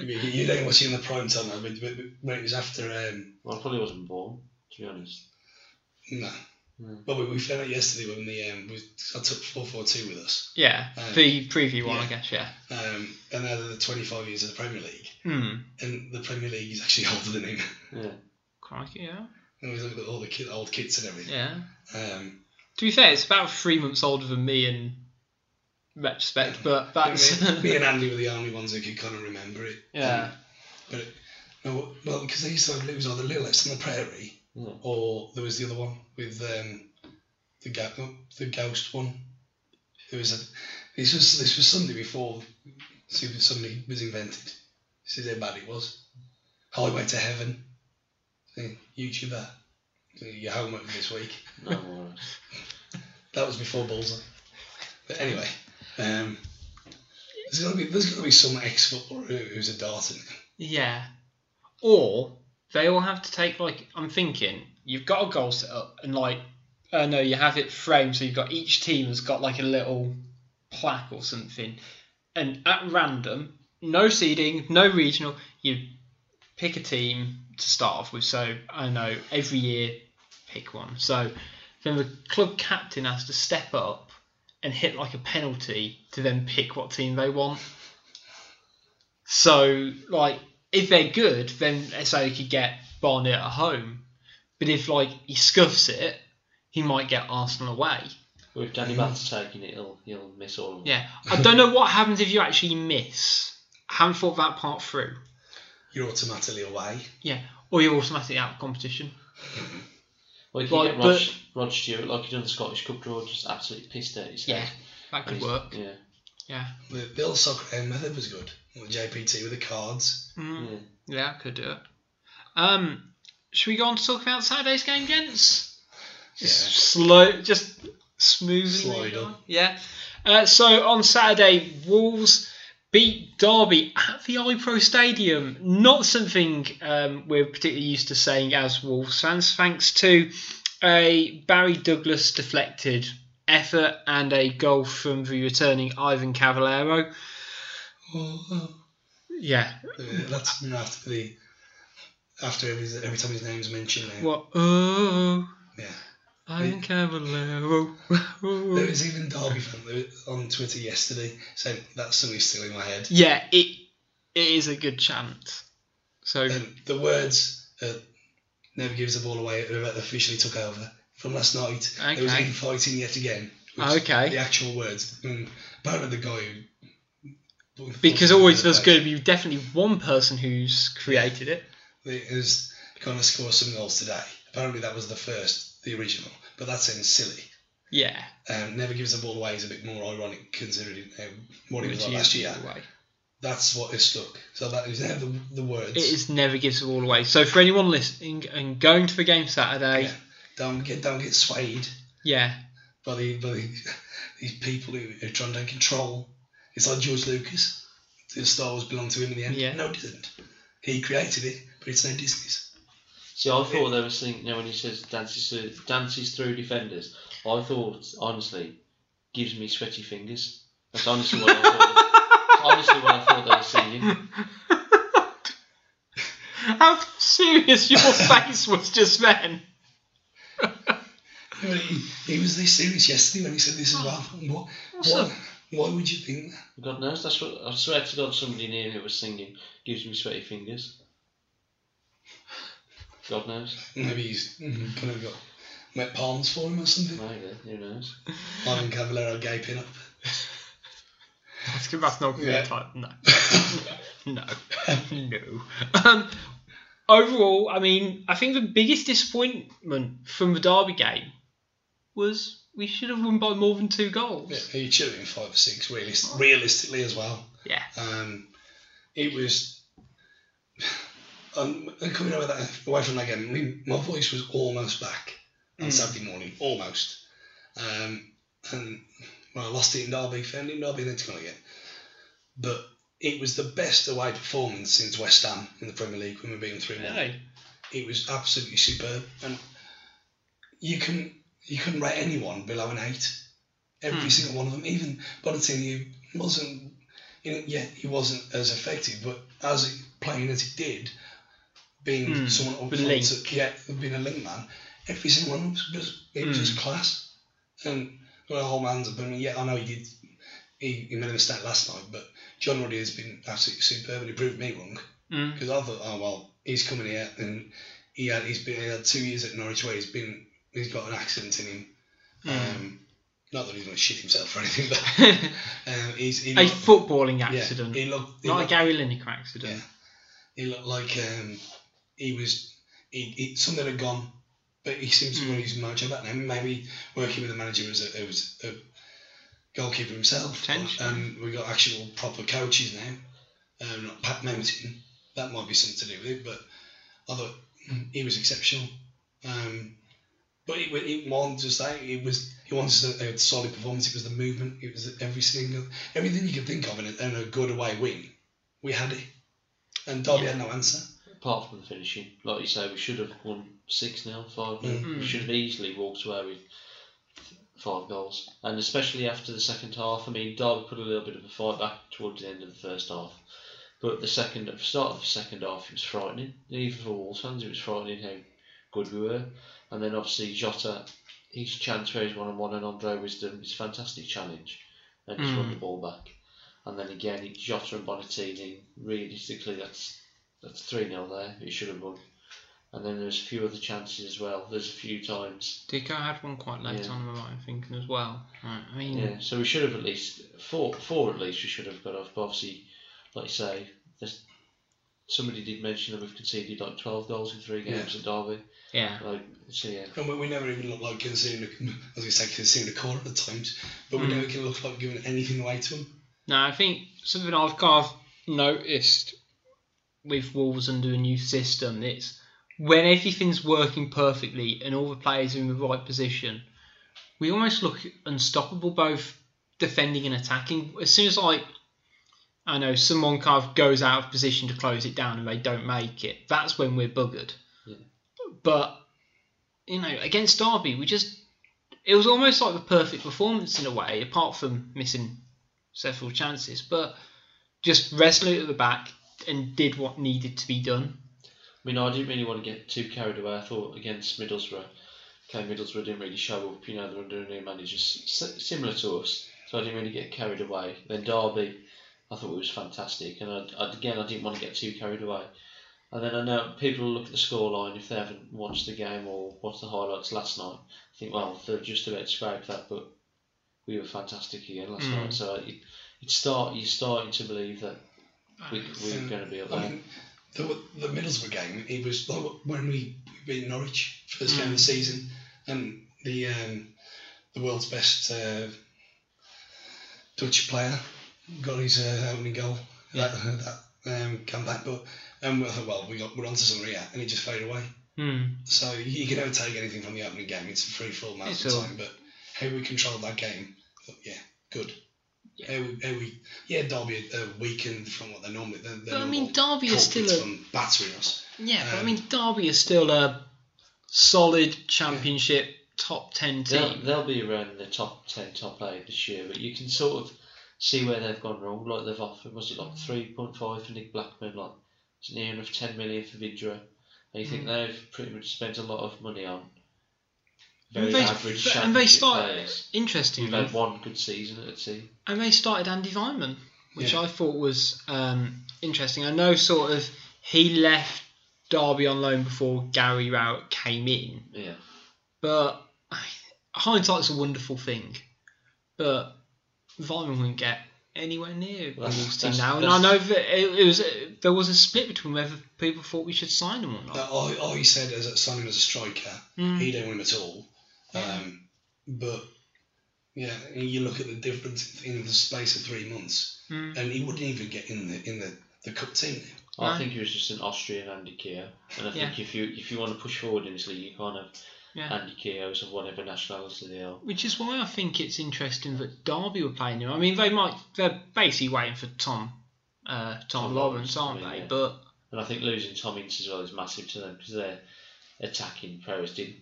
Speaker 2: You, you you don't watch it in the prime time, though, but, but, but when it was after, um,
Speaker 3: Well, I probably wasn't born, to be honest.
Speaker 2: no. Well, we, we found out yesterday when the um, we, I took four four two with us,
Speaker 1: yeah, the preview one, I
Speaker 2: Um, yeah.
Speaker 1: guess. Yeah.
Speaker 2: um, and now they're the twenty five years of the Premier League,
Speaker 1: Hmm.
Speaker 2: and the Premier League is actually older than him.
Speaker 3: Yeah.
Speaker 1: Crikey, yeah.
Speaker 2: and we look at all the kid, old kits and everything.
Speaker 1: Yeah.
Speaker 2: Um,
Speaker 1: To be fair, it's about three months older than me in retrospect, but that's
Speaker 2: me, me and Andy were the only ones who could kind of remember it.
Speaker 1: yeah.
Speaker 2: But it, no, well, because they used to have, it was either Little X on the Prairie, or there was the other one with um, the ga- no, the Ghost one. There was a, this was this was Sunday before Super Sunday was invented. This is how bad it was. Highway to Heaven. See, YouTuber. Do Your homework for this week.
Speaker 3: No more.
Speaker 2: That was before Bullseye. But anyway, um, there's gotta be there's gotta be some ex footballer who- who's a darter.
Speaker 1: Yeah. Or they all have to take like I'm thinking you've got a goal set up and like uh, no you have it framed so you've got each team has got like a little plaque or something and at random no seeding no regional you pick a team to start off with so I know every year pick one so then the club captain has to step up and hit like a penalty to then pick what team they want so, like, if they're good, then let's say he could get Barnet at home. But if, like, he scuffs it, he might get Arsenal away.
Speaker 3: Well, if Danny Batt's taking it, he'll, he'll miss all of them.
Speaker 1: Yeah. I don't know what happens if you actually miss. I haven't thought that part through.
Speaker 2: You're automatically away.
Speaker 1: Yeah. Or you're automatically out of competition.
Speaker 3: Well, you can
Speaker 1: Like,
Speaker 3: get Rod, Rod Stewart, like he done the Scottish Cup draw, just absolutely pissed at his
Speaker 1: Yeah.
Speaker 3: head.
Speaker 1: That could
Speaker 3: He's-
Speaker 1: work.
Speaker 3: Yeah.
Speaker 1: Yeah.
Speaker 2: The, the old soccer um, method was good. Well, JPT with the cards.
Speaker 1: Yeah, I could do it. Um, should we go on to talk about Saturday's game, gents? Just slow, just smoothly.
Speaker 2: Slide on.
Speaker 1: Yeah. Uh, so on Saturday, Wolves beat Derby at the iPro Stadium. Not something um, we're particularly used to saying as Wolves fans, thanks to a Barry Douglas deflected effort and a goal from the returning Ivan Cavallero. Yeah.
Speaker 2: Uh, that's after the after every, every time his name's mentioned. Now.
Speaker 1: What? Oh.
Speaker 2: Yeah.
Speaker 1: Ivan Cavallero.
Speaker 2: There was even Derby fan that was on Twitter yesterday saying that song is still in my head.
Speaker 1: yeah, it it is a good chant. So
Speaker 2: And the words uh, "never gives the ball away" whoever officially took over from last night. There was
Speaker 1: Okay.
Speaker 2: infighting yet again. which-
Speaker 1: Okay.
Speaker 2: The actual words. And about the guy who.
Speaker 1: Because always there's going to be definitely one person who's created it.
Speaker 2: Who's going to score some goals today. Apparently that was the first, the original. But that seems silly.
Speaker 1: Yeah.
Speaker 2: Um, never gives the ball away is a bit more ironic considering uh, what it
Speaker 1: which
Speaker 2: was like
Speaker 1: is
Speaker 2: last year.
Speaker 1: the way.
Speaker 2: That's what is stuck. So that is now the, the words.
Speaker 1: It is never gives it all away. So for anyone listening and going to the game Saturday,
Speaker 2: Yeah. Don't get don't get swayed
Speaker 1: yeah,
Speaker 2: by the by the, these people who are trying to take control. It's like George Lucas. The Star Wars belonged to him in the end.
Speaker 1: Yeah.
Speaker 2: No, it didn't. He created it, but it's now Disney's.
Speaker 3: See, I thought there was thing. You know, when he says dances through, dances through defenders, I thought honestly, gives me sweaty fingers. That's honestly what I thought. honestly, what I thought they were singing.
Speaker 1: How serious your face was just then.
Speaker 2: I mean, he, he was this serious yesterday when he said this
Speaker 1: Oh.
Speaker 2: as well. What, what, why would you think that?
Speaker 3: God knows. That's what I swear to God. Somebody near me was singing. Gives me sweaty fingers. God knows.
Speaker 2: Maybe he's mm, kind of got met palms for him or something.
Speaker 3: Maybe. Who knows?
Speaker 2: Ivan Cavallero gaping up.
Speaker 1: That's, that's not going to
Speaker 2: Yeah.
Speaker 1: be a type. No. no. No. Um, overall, I mean, I think the biggest disappointment from the Derby game was we should have won by more than two
Speaker 2: Yeah,
Speaker 1: goals.
Speaker 2: he should have been five or six realist, realistically as well.
Speaker 1: Yeah.
Speaker 2: Um, it was. Um, and coming over that, away from that game, I mean, my voice was almost back on Saturday morning, almost. Um, and well, I lost it in Derby, found it in Derby, then to come again. But it was the best away performance since West Ham in the Premier League when we beat them 3 1
Speaker 1: Hey.
Speaker 2: it was absolutely superb. And you can you couldn't rate anyone below an eight. Every single one of them, even Bonatini, who wasn't. You know, yeah, he wasn't as effective, but as it, playing as he did, being someone up
Speaker 1: the
Speaker 2: front,
Speaker 1: link.
Speaker 2: to- yeah, being a link man, every single one of them was it was just class. And got a whole man's up. And yeah, I know he did. He, he made a mistake last night, but John Ruddy has been absolutely superb, and he proved me wrong. Because I thought, oh well, he's coming here and he had he's been he had two years at Norwich where he's been he's got an accident in him.
Speaker 1: Hmm.
Speaker 2: Um, not that he's gonna shit himself or anything, but um, he's he
Speaker 1: A
Speaker 2: looked,
Speaker 1: footballing
Speaker 2: yeah,
Speaker 1: accident.
Speaker 2: he looked he
Speaker 1: not a
Speaker 2: looked,
Speaker 1: Gary Lineker accident.
Speaker 2: he looked like um, he was he, he something had gone, but he seems to be his mojo back now. Maybe working with a manager as a, as a goalkeeper himself,
Speaker 1: Potentially.
Speaker 2: and we got actual proper coaches now, um, not Pat Mountain. That might be something to do with it, but I thought mm, he was exceptional. Um, but it, wa- it wasn't just that. It was it wasn't just a, a solid performance. It was the movement. It was every single everything you could think of in a, in a good away win. We had it, and Derby had no answer.
Speaker 3: Apart from the finishing, like you say, we should have won six 0 five 0 We should have easily walked away with five goals, and especially after the second half. I mean, Derby put a little bit of a fight back towards the end of the first half, but the second, at the start of the second half, it was frightening. Even for Wolves fans, it was frightening how good we were. And then obviously Jota, his chance where he's one on one, and Andre Wisdom is fantastic challenge, and he's won the ball back. And then again, it's Jota and Bonatini. Realistically, that's that's three 0 there. He should have won. And then there's a few other chances as well. There's a few times
Speaker 1: Dico had one quite late
Speaker 3: Yeah.
Speaker 1: on, am I right in thinking as well? Right, I mean,
Speaker 3: Yeah, so we should have at least four, four at least we should have got off. But obviously, like you say, there's, somebody did mention that we've conceded like twelve goals in three games at Derby.
Speaker 1: yeah.
Speaker 3: Like, so yeah,
Speaker 2: And we, we never even looked like considering, the- as we say, considering the core at the times, but we never can look like giving anything away to them.
Speaker 1: No, I think something I've kind of noticed with Wolves under a new system it's when everything's working perfectly and all the players are in the right position, we almost look unstoppable both defending and attacking. As soon as like I know someone kind of goes out of position to close it down and they don't make it, that's when we're buggered. But you know, against Derby, we just it was almost like the perfect performance in a way, apart from missing several chances, but just resolute at the back and did what needed to be done.
Speaker 3: I mean, I didn't really want to get too carried away. I thought against Middlesbrough, okay, Middlesbrough didn't really show up. You know, they're under a new manager, s- s- similar to us. So I didn't really get carried away. Then Derby, I thought it was fantastic, and I, I, again, I didn't want to get too carried away. And then I know people look at the scoreline if they haven't watched the game or watched the highlights last night. Think, well, they're just about to scrape that, but we were fantastic again last night. So it, it start you're starting to believe that we, we're going to be up
Speaker 2: I
Speaker 3: there.
Speaker 2: mean, the, the Middlesbrough game, it was like when we we beat Norwich first game of the season, and the um, the world's best uh, Dutch player got his uh, opening goal that, that um, comeback, but and we thought, well, we got we're onto something here, and it just faded away. So you, you can never take anything from the opening game. It's a free for all most of
Speaker 1: It's
Speaker 2: the
Speaker 1: all-
Speaker 2: time, but how we controlled that game, I thought, yeah, good.
Speaker 1: Yeah.
Speaker 2: How we, how we, yeah, Derby are weakened from what they're normally. They're, they're
Speaker 1: But I mean,
Speaker 2: normal
Speaker 1: Derby are still
Speaker 2: culprits
Speaker 1: a-
Speaker 2: from battering us.
Speaker 1: Yeah, but I
Speaker 2: Um,
Speaker 1: mean, Derby is still a solid championship top ten
Speaker 3: They'll,
Speaker 1: team.
Speaker 3: they'll be around the top ten, top eight this year, but you can sort of see where they've gone wrong. Like they've offered, was it
Speaker 1: Mm.
Speaker 3: like three point five for Nick Blackman? Like it's near enough ten million for Vidra, and you
Speaker 1: Mm.
Speaker 3: think they've pretty much spent a lot of money on very
Speaker 1: and they,
Speaker 3: average
Speaker 1: but-
Speaker 3: championship
Speaker 1: and they Mm. started
Speaker 3: players.
Speaker 1: interestingly,
Speaker 3: We've had one good season at the team.
Speaker 1: and they started Andy Vyman, which
Speaker 2: Yeah.
Speaker 1: I thought was um, interesting. I know sort of he left Derby on loan before Gary Rowett came in,
Speaker 3: Yeah,
Speaker 1: but I- hindsight's a wonderful thing. But Vyman wouldn't get anywhere near the
Speaker 3: Well, that's-
Speaker 1: Wolves team
Speaker 3: that's-
Speaker 1: now, and I
Speaker 3: that's-
Speaker 1: know that it, it was there was a split between whether people thought we should sign him or not.
Speaker 2: Now, all, all he said is that signing him as a striker,
Speaker 1: Mm.
Speaker 2: he don't want him at all. Um, but yeah, and you look at the difference in the space of three months,
Speaker 1: Mm.
Speaker 2: and he wouldn't even get in the in the, the cup team.
Speaker 3: I
Speaker 1: Right.
Speaker 3: think he was just an Austrian Andy Keogh, and I think
Speaker 1: Yeah.
Speaker 3: if you if you want to push forward in this league, you can't have
Speaker 1: Yeah.
Speaker 3: Andy Keoghs of whatever nationality they are.
Speaker 1: Which is why I think it's interesting that Derby were playing him. I mean, they might they're basically waiting for Tom, uh, Tom, Lawrence,
Speaker 3: Lawrence,
Speaker 1: aren't
Speaker 3: I mean,
Speaker 1: they?
Speaker 3: yeah.
Speaker 1: But
Speaker 3: And I think losing Tom Ince as well is massive to them because their attacking prowess did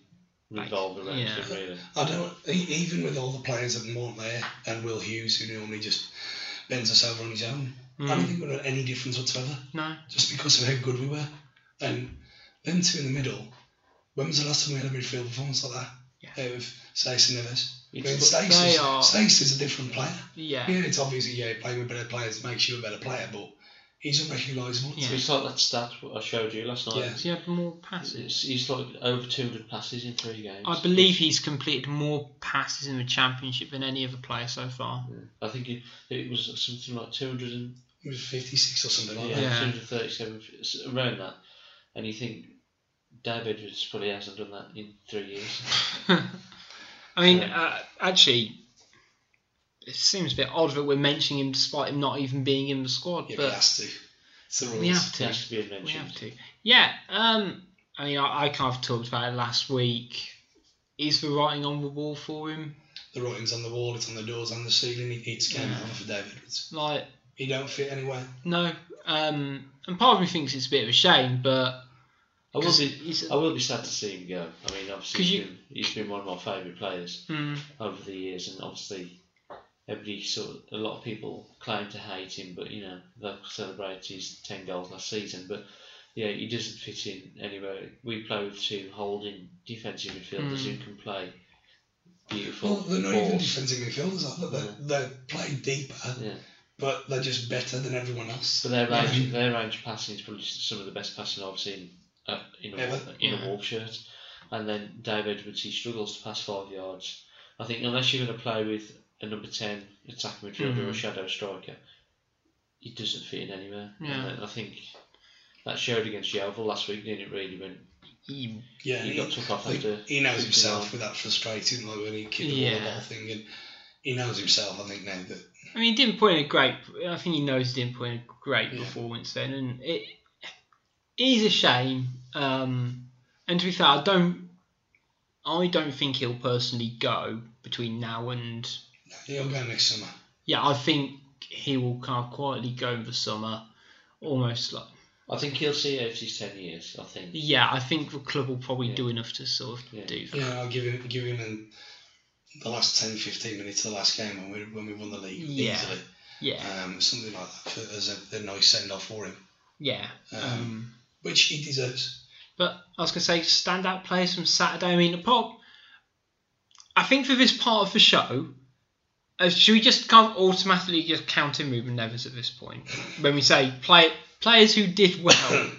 Speaker 3: revolve around
Speaker 1: yeah.
Speaker 3: him really.
Speaker 2: I don't e- even with all the players that weren't there and Will Hughes who normally just bends us over on his own. I
Speaker 1: Hmm.
Speaker 2: don't think we had any difference whatsoever.
Speaker 1: no,
Speaker 2: Just because of how good we were. And them two in the middle, when was the last time we had a midfield performance like that?
Speaker 1: Yeah.
Speaker 2: Out of Stacey Neves. I mean,
Speaker 3: It's-
Speaker 1: they
Speaker 2: Stacey's,
Speaker 1: are-
Speaker 2: Stacey's a different player.
Speaker 1: yeah,
Speaker 2: Yeah, it's obviously yeah, playing with better players makes you a better player, but he's unrecognisable.
Speaker 1: Yeah.
Speaker 3: It's like that stat I showed you last night.
Speaker 2: Yeah.
Speaker 1: he had more passes.
Speaker 3: It's, he's like over 200 passes in three games.
Speaker 1: I believe he's completed more passes in the championship than any other player so far.
Speaker 3: I think it, it was something like 200 and
Speaker 2: He was 56 or something like
Speaker 3: yeah,
Speaker 1: Yeah.
Speaker 3: 237, it's around that. And you think David Edwards probably hasn't done that in three years.
Speaker 1: I mean, uh, actually, it seems a bit odd that we're mentioning him despite him not even being in the squad.
Speaker 2: that. Yeah, but he
Speaker 1: but
Speaker 2: has to. It's the rules.
Speaker 1: we have
Speaker 3: It
Speaker 1: to.
Speaker 3: has to be
Speaker 1: We have
Speaker 3: mentioned.
Speaker 1: to. Yeah. Um. I mean, I, I kind of talked about it last week. Is the writing on the wall for him?
Speaker 2: The writing's on the wall, it's on the doors and the ceiling. It- It's game
Speaker 1: Yeah.
Speaker 2: over for David. It's,
Speaker 1: Like,
Speaker 2: he don't fit anywhere.
Speaker 1: no. Um. And part of me thinks it's a bit of a shame, but
Speaker 3: I will,
Speaker 1: 'Cause
Speaker 3: be,
Speaker 1: he's-
Speaker 3: I will be sad to see him go. I mean, obviously,
Speaker 1: 'Cause
Speaker 3: he's
Speaker 1: you-
Speaker 3: been, he's been one of my favourite players
Speaker 1: hmm,
Speaker 3: over the years, and obviously, everybody sort of, a lot of people claim to hate him, but you know, they'll celebrate his 10 goals last season. But yeah, he doesn't fit in anywhere. We play with two holding defensive midfielders who can play beautiful
Speaker 2: Well, they're not even
Speaker 3: balls.
Speaker 2: defensive midfielders, are they? They they play deeper,
Speaker 3: Yeah.
Speaker 2: but they're just better than everyone else.
Speaker 3: But their range, their range of passing is probably some of the best passing I've seen uh, in a
Speaker 2: Ever?
Speaker 3: in
Speaker 1: Yeah.
Speaker 3: a walk shirt. And then Dave Edwards, he struggles to pass five yards. I think unless you're going to play with a number ten attacking midfielder
Speaker 1: Mm.
Speaker 3: or a shadow striker, he doesn't fit in anywhere.
Speaker 1: Yeah.
Speaker 3: And I think that showed against Yeovil last week, didn't it? Really, when
Speaker 1: he,
Speaker 2: Yeah,
Speaker 3: He got took off
Speaker 2: like,
Speaker 3: after
Speaker 2: he knows
Speaker 3: 50
Speaker 2: himself
Speaker 3: yards.
Speaker 2: with that frustrating, like when he kicked the
Speaker 1: Yeah.
Speaker 2: ball, the ball thing, and he knows himself. I think now that
Speaker 1: I mean, he didn't put in a great. I think he knows he didn't put in a great performance then, and it is a shame. Um. And to be fair, I don't. I don't think he'll personally go between now and
Speaker 2: he'll go next summer.
Speaker 1: yeah. I think he will kind of quietly go in the summer, almost like.
Speaker 3: I think he'll see out his ten years. I think.
Speaker 1: Yeah, I think the club will probably do enough to sort of
Speaker 3: Yeah.
Speaker 1: do that.
Speaker 2: Yeah, I'll give him give him an, the last 10, 15 minutes of the last game when we when we won the league
Speaker 1: Yeah.
Speaker 2: easily,
Speaker 1: Yeah,
Speaker 2: um, something like that for, as a, a nice send off for him,
Speaker 1: yeah. Um,
Speaker 2: which he deserves.
Speaker 1: but I was gonna say standout players from Saturday. I mean, apart, I think for this part of the show, uh, should we just kind of automatically just count in Ruben Neves at this point when we say play players who did well?
Speaker 3: I'm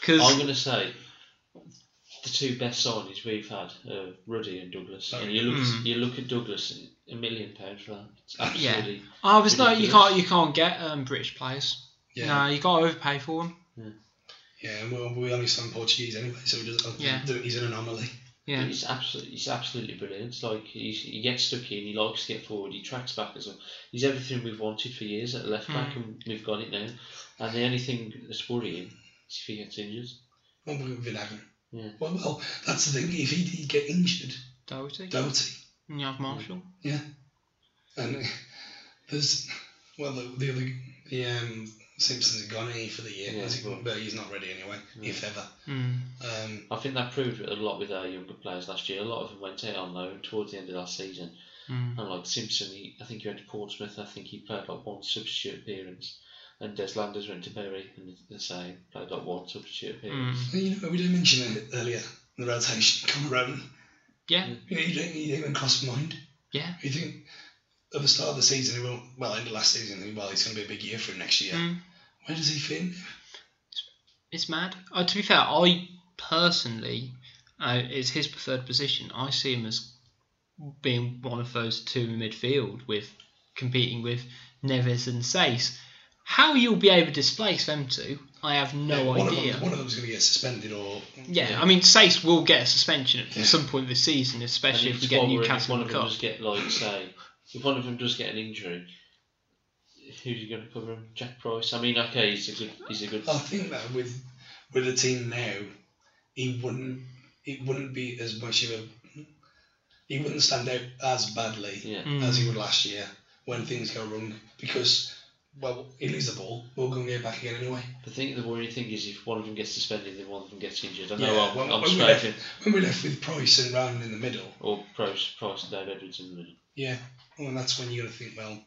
Speaker 1: Because
Speaker 3: going to say the the two best signings we've had are Ruddy and Douglas. And you look you look at Douglas, a million pounds for that. It's
Speaker 1: Mm. Yeah.
Speaker 3: absolutely
Speaker 1: I was no, you
Speaker 3: ridiculous.
Speaker 1: can't you can't get um, British players.
Speaker 2: Yeah.
Speaker 1: No, you got to overpay for them.
Speaker 2: Yeah, and we, we only sign Portuguese anyway, so oh, it doesn't,
Speaker 1: Yeah.
Speaker 2: he's an anomaly.
Speaker 1: Yeah.
Speaker 3: It's absolutely, it's absolutely brilliant. It's like he, he gets stuck in, he likes to get forward, he tracks back as well. He's everything we've wanted for years at left
Speaker 1: Mm.
Speaker 3: back, and we've got it now. And the only thing that's worrying is if he gets injured.
Speaker 2: Well, with Vinagre.
Speaker 3: Yeah.
Speaker 2: Well, well, that's the thing. If he did get injured,
Speaker 1: Doherty.
Speaker 2: Doherty,
Speaker 1: And you have Marshall.
Speaker 2: yeah, and there's well the the other the um, Simpsons are gone eh, for the year,
Speaker 3: Yeah.
Speaker 2: is he? but he's not ready anyway, if ever.
Speaker 1: Hmm.
Speaker 2: Um,
Speaker 3: I think that proved a lot with our younger players last year. A lot of them went out on loan towards the end of last season.
Speaker 1: Mm.
Speaker 3: And like Simpson, he, I think he went to Portsmouth. I think he played like one substitute appearance. And Deslanders went to Bury, and the same played like one substitute
Speaker 1: Mm.
Speaker 3: appearance.
Speaker 2: you know, we didn't mention it earlier. The rotation, Connor Rowan.
Speaker 1: Yeah.
Speaker 2: You know, he didn't, he didn't even cross my mind.
Speaker 1: Yeah.
Speaker 2: You think at the start of the season, he will well, end of last season, well, it's going to be a big year for him next year.
Speaker 1: Mm.
Speaker 2: Where does he fit in?
Speaker 1: It's mad. Uh, to be fair, I personally, uh, it's his preferred position. I see him as being one of those two in midfield with competing with Neves and Sace. How you'll be able to displace them two, I have no
Speaker 2: one
Speaker 1: idea.
Speaker 2: Of them, one of them's going to get suspended or
Speaker 1: yeah, I mean, Sace will get a suspension at
Speaker 2: Yeah.
Speaker 1: some point this season,
Speaker 3: And
Speaker 1: especially if
Speaker 3: it's
Speaker 1: we get
Speaker 3: worrying if
Speaker 1: Newcastle
Speaker 3: one
Speaker 1: in
Speaker 3: of
Speaker 1: the
Speaker 3: them
Speaker 1: cup.
Speaker 3: does get like say, if one of them does get an injury, who's you going to cover him? Jack Price. I mean, okay, he's a good, he's a good.
Speaker 2: I think that with with the team now, he wouldn't it wouldn't be as much of a he wouldn't stand out as badly
Speaker 3: Yeah.
Speaker 1: Mm.
Speaker 2: as
Speaker 1: Hmm.
Speaker 2: he would last year when things go wrong because well he loses the ball we're going to get back again anyway.
Speaker 3: The thing, the worrying thing is if one of them gets suspended, then one of them gets injured. I know
Speaker 2: Yeah,
Speaker 3: I'm,
Speaker 2: when,
Speaker 3: I'm
Speaker 2: when we
Speaker 3: scraping.
Speaker 2: left, when we left with Price and Round in the middle,
Speaker 3: Or Price, Price and Dave Edwards in the middle.
Speaker 2: yeah, well that's when you got to think well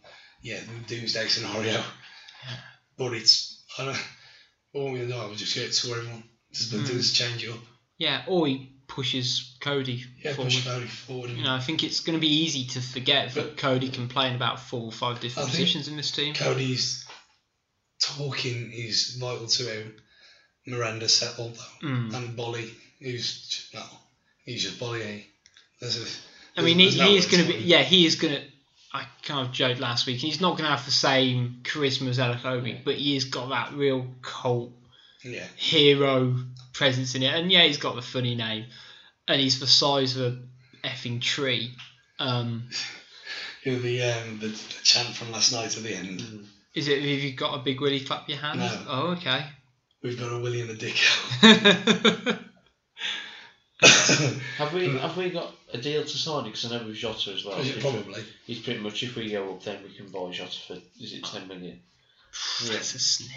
Speaker 2: yeah the doomsday scenario, but it's I don't all we know we'll just get to everyone just
Speaker 1: Hmm.
Speaker 2: do this change up
Speaker 1: Yeah, or he pushes Cody
Speaker 2: yeah
Speaker 1: forward.
Speaker 2: push Barry forward and
Speaker 1: You know, I think it's going to be easy to forget that Cody can play in about four or five different
Speaker 2: I think-
Speaker 1: positions in this team.
Speaker 2: Cody's talking is vital to how Miranda settled though,
Speaker 1: Mm.
Speaker 2: and Bolly, who's j- no, he's just Bolly. Eh? There's a,
Speaker 1: I mean, he,
Speaker 2: there's no
Speaker 1: he is
Speaker 2: words
Speaker 1: going
Speaker 2: for
Speaker 1: to be.
Speaker 2: him.
Speaker 1: Yeah, he is going to. I kind of joked last week. He's not going to have the same charisma as Alakobi, but he has got that real cult
Speaker 2: yeah.
Speaker 1: hero presence in it. And yeah, he's got the funny name, and he's the size of a effing tree. Um,
Speaker 2: You know, the um the, the chant from last night at the end.
Speaker 1: is it? Have you got a big willy? Clap your hands.
Speaker 2: No.
Speaker 1: Oh, okay.
Speaker 2: We've got a Willie and a Dick.
Speaker 3: Have
Speaker 2: Hmm.
Speaker 3: we have we got a deal to sign? Because I know with Jota as well.
Speaker 2: Is it
Speaker 3: He's-
Speaker 2: Oh, Probably.
Speaker 3: He's pretty much if we go up, then we can buy Jota for is it ten million?
Speaker 1: That's a snip.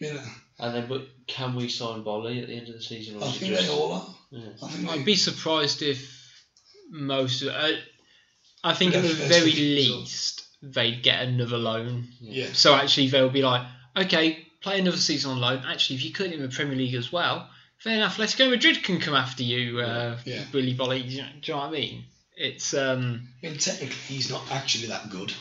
Speaker 2: Yeah.
Speaker 3: And then, but can we sign Bolly at the end of the season? Or
Speaker 2: I
Speaker 3: is it
Speaker 2: think
Speaker 3: just-
Speaker 2: they all are. I think
Speaker 1: I'd
Speaker 2: they,
Speaker 1: be surprised if most. Uh, I think at the
Speaker 2: That's- that's
Speaker 1: very
Speaker 2: the result.
Speaker 1: least they'd get another loan.
Speaker 2: yeah.
Speaker 1: So actually they'll be like, okay, play another season on loan. Actually, if you couldn't in the Premier League as well, fair enough. Atletico Madrid can come after you, uh,
Speaker 2: Yeah.
Speaker 1: Willy Bolly. Do you, know, do you know what I mean? It's um.
Speaker 2: I mean, technically, he's not actually that good.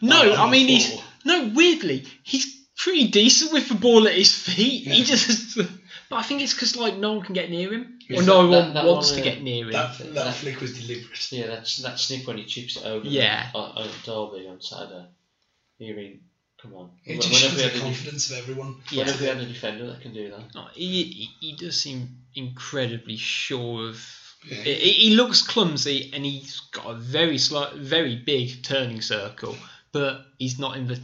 Speaker 1: No,
Speaker 2: Oh,
Speaker 1: I mean he's
Speaker 2: football.
Speaker 1: no. Weirdly, he's pretty decent with the ball at his feet. He just. But I think it's because like no one can get near him, or
Speaker 2: that-
Speaker 1: no one
Speaker 3: that- that
Speaker 1: wants to
Speaker 3: one, uh,
Speaker 1: get near him.
Speaker 2: That that flick was deliberate.
Speaker 3: Yeah, that's that snip when he chips it over.
Speaker 1: Yeah.
Speaker 3: On, on Derby on Saturday. You mean, come on.
Speaker 2: It
Speaker 3: When-
Speaker 2: just
Speaker 3: Whenever
Speaker 2: shows
Speaker 3: we
Speaker 2: the
Speaker 3: had a def-
Speaker 2: confidence of everyone.
Speaker 1: Yeah.
Speaker 3: whenever we had a defender that can do that.
Speaker 1: No, he, he he does seem incredibly sure of.
Speaker 2: Yeah.
Speaker 1: He, he looks clumsy and he's got a very slight, very big turning circle, but he's not in the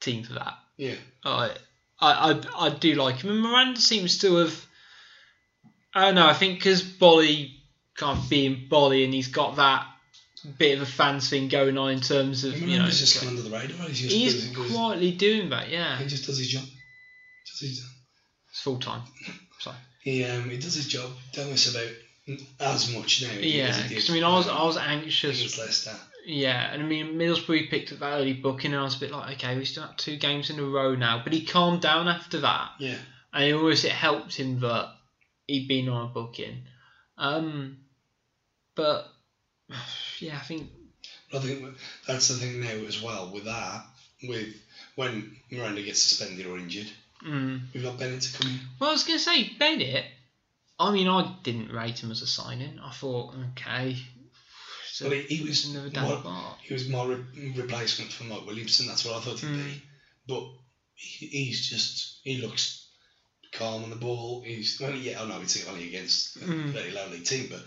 Speaker 1: team for that.
Speaker 2: Yeah.
Speaker 1: I I I, I do like him, and Miranda seems to have. I don't know. I think because Bolly can't be in Bolly, and he's got that bit of a fans thing going on in terms of
Speaker 2: I mean,
Speaker 1: you know
Speaker 2: he's just gone under the radar. He's just
Speaker 1: he's
Speaker 2: goes-
Speaker 1: quietly doing that. Yeah,
Speaker 2: He just does his job. Does his,
Speaker 1: it's full time. So.
Speaker 2: he um he does his job. Don't miss about as much now.
Speaker 1: Yeah,
Speaker 2: as he did,
Speaker 1: because I mean, I was
Speaker 2: um,
Speaker 1: I was anxious
Speaker 2: against Leicester.
Speaker 1: Yeah, and I mean Middlesbrough picked up that early booking, and I was a bit like, okay, we still have two games in a row now. But he calmed down after that,
Speaker 2: Yeah,
Speaker 1: and it always it helped him that he'd been on a booking. Um, but yeah, I think
Speaker 2: but I think that's the thing now as well with that with when
Speaker 1: mm.
Speaker 2: Miranda gets suspended or injured. We've got Bennett to come in.
Speaker 1: well, I was gonna say Bennett. I mean, I didn't rate him as a signing. I thought, okay, it's
Speaker 2: Well, he, he was
Speaker 1: it's another Dan
Speaker 2: my,
Speaker 1: Bart.
Speaker 2: he was my re- replacement for Mike Williamson. That's what I thought he'd be. But he, he's just he looks calm on the ball. He's well, yeah, I know it's only against a very lonely team, but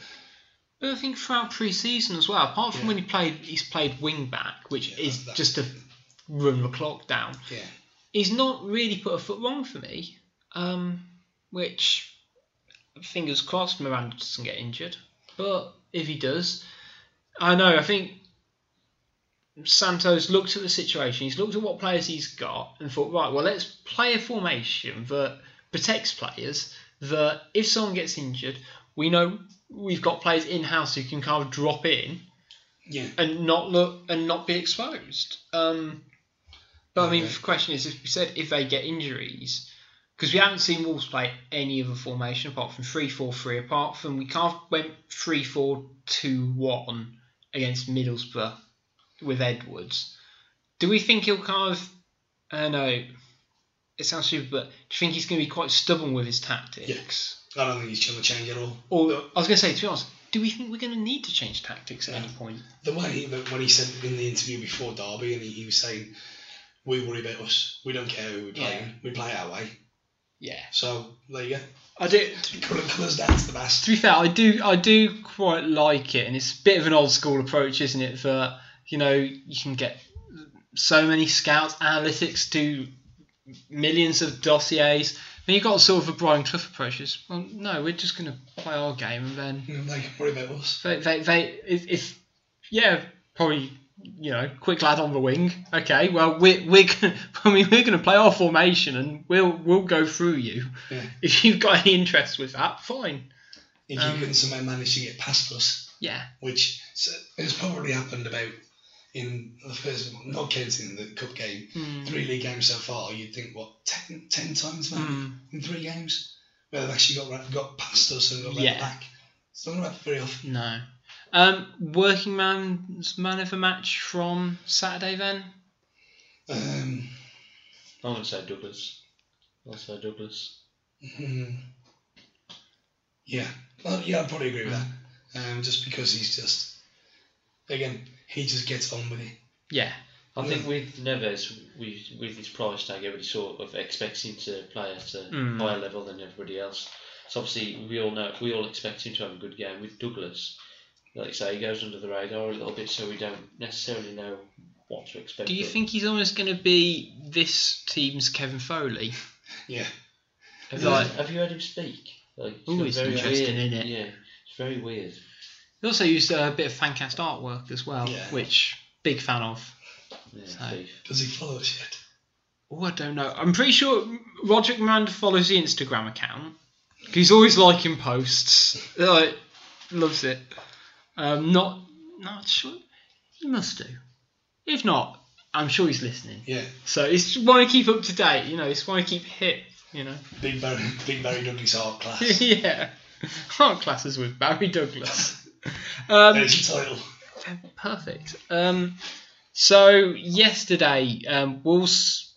Speaker 1: But I think throughout pre-season as well, apart from
Speaker 2: Yeah.
Speaker 1: when he played, he's played wing back, which
Speaker 2: Yeah,
Speaker 1: is
Speaker 2: that-
Speaker 1: just to run the clock down.
Speaker 2: yeah,
Speaker 1: He's not really put a foot wrong for me, um, which fingers crossed Miranda doesn't get injured. But if he does, I know. I think Santos looked at the situation. He's looked at what players he's got and thought, right, well, let's play a formation that protects players. That if someone gets injured, we know we've got players in house who can kind of drop in
Speaker 2: yeah.
Speaker 1: and not look and not be exposed. Um, but I mean,
Speaker 2: Okay.
Speaker 1: the question is, if we said if they get injuries, because we haven't seen Wolves play any other formation apart from three four three. Apart from we can't went three four two one against Middlesbrough with Edwards. Do we think he'll kind of? I don't know. It sounds stupid, but do you think he's going to be quite stubborn with his tactics?
Speaker 2: I don't think he's going to change at all.
Speaker 1: Or I was going to say, to be honest, do we think we're going to need to change tactics at any point?
Speaker 2: The way he, the- when he said in the interview before Derby, and he, he was saying, "We worry about us. We don't care who we play.
Speaker 1: Yeah.
Speaker 2: We play our way."
Speaker 1: Yeah,
Speaker 2: So there you go.
Speaker 1: I do.
Speaker 2: It comes down to the best.
Speaker 1: to be fair, I do I do quite like it, and it's a bit of an old school approach, isn't it? That you know you can get so many scouts, analytics, do millions of dossiers. Then you've got sort of a Brian Clough approach. Is well, no, we're just going to play our game, and then
Speaker 2: They can worry about us.
Speaker 1: they they, they if, if yeah probably you know quick lad on the wing. Okay, well we're we're gonna, I mean we're going to play our formation, and we'll we'll go through you.
Speaker 2: Yeah.
Speaker 1: If you've got any interest with that, fine.
Speaker 2: If you can somehow manage to get past us,
Speaker 1: Yeah.
Speaker 2: which s- has probably happened about in the first, not counting the cup game, three league games so far. You'd think what ten, 10 times maybe in three games where they've actually got ra- got past us and got right
Speaker 1: Yeah.
Speaker 2: back. It's not going to happen very often.
Speaker 1: No. Um, working man's man of the match from Saturday then.
Speaker 2: Um,
Speaker 3: I'm going to say Douglas. I'll say Douglas.
Speaker 2: yeah, well, yeah, I'd probably agree with that. Um, just because he's just, again, he just gets on with it.
Speaker 1: Yeah.
Speaker 3: I think with Neves, we, with his price tag, everybody sort of expects him to play at a
Speaker 1: Hmm.
Speaker 3: higher level than everybody else. So obviously, we all know we all expect him to have a good game. With Douglas, like you say, he goes under the radar a little bit, so we don't necessarily know what to expect.
Speaker 1: Do you
Speaker 3: but
Speaker 1: think he's almost going to be this team's Kevin Foley?
Speaker 2: Yeah,
Speaker 3: Have, you,
Speaker 1: like-
Speaker 3: have you heard him speak? Like,
Speaker 1: Ooh,
Speaker 3: got
Speaker 1: it's interesting,
Speaker 3: weird,
Speaker 1: innit?
Speaker 3: Yeah, it's very weird.
Speaker 1: He also used a bit of fancast artwork as well,
Speaker 2: Yeah.
Speaker 1: which big fan of.
Speaker 3: Yeah,
Speaker 1: So-
Speaker 3: thief.
Speaker 2: does he follow us yet?
Speaker 1: Oh, I don't know. I'm pretty sure Roderick Miranda follows the Instagram account. He's always liking posts. Like, loves it. Um, not not sure. He must do. If not, I'm sure he's listening.
Speaker 2: Yeah,
Speaker 1: So it's want to keep up to date, you know. It's want to keep hip, you know.
Speaker 2: big Barry, big Barry Douglas art class.
Speaker 1: yeah, art classes with Barry Douglas. Um,
Speaker 2: There's your title.
Speaker 1: perfect. Um, so yesterday, um, Wolves.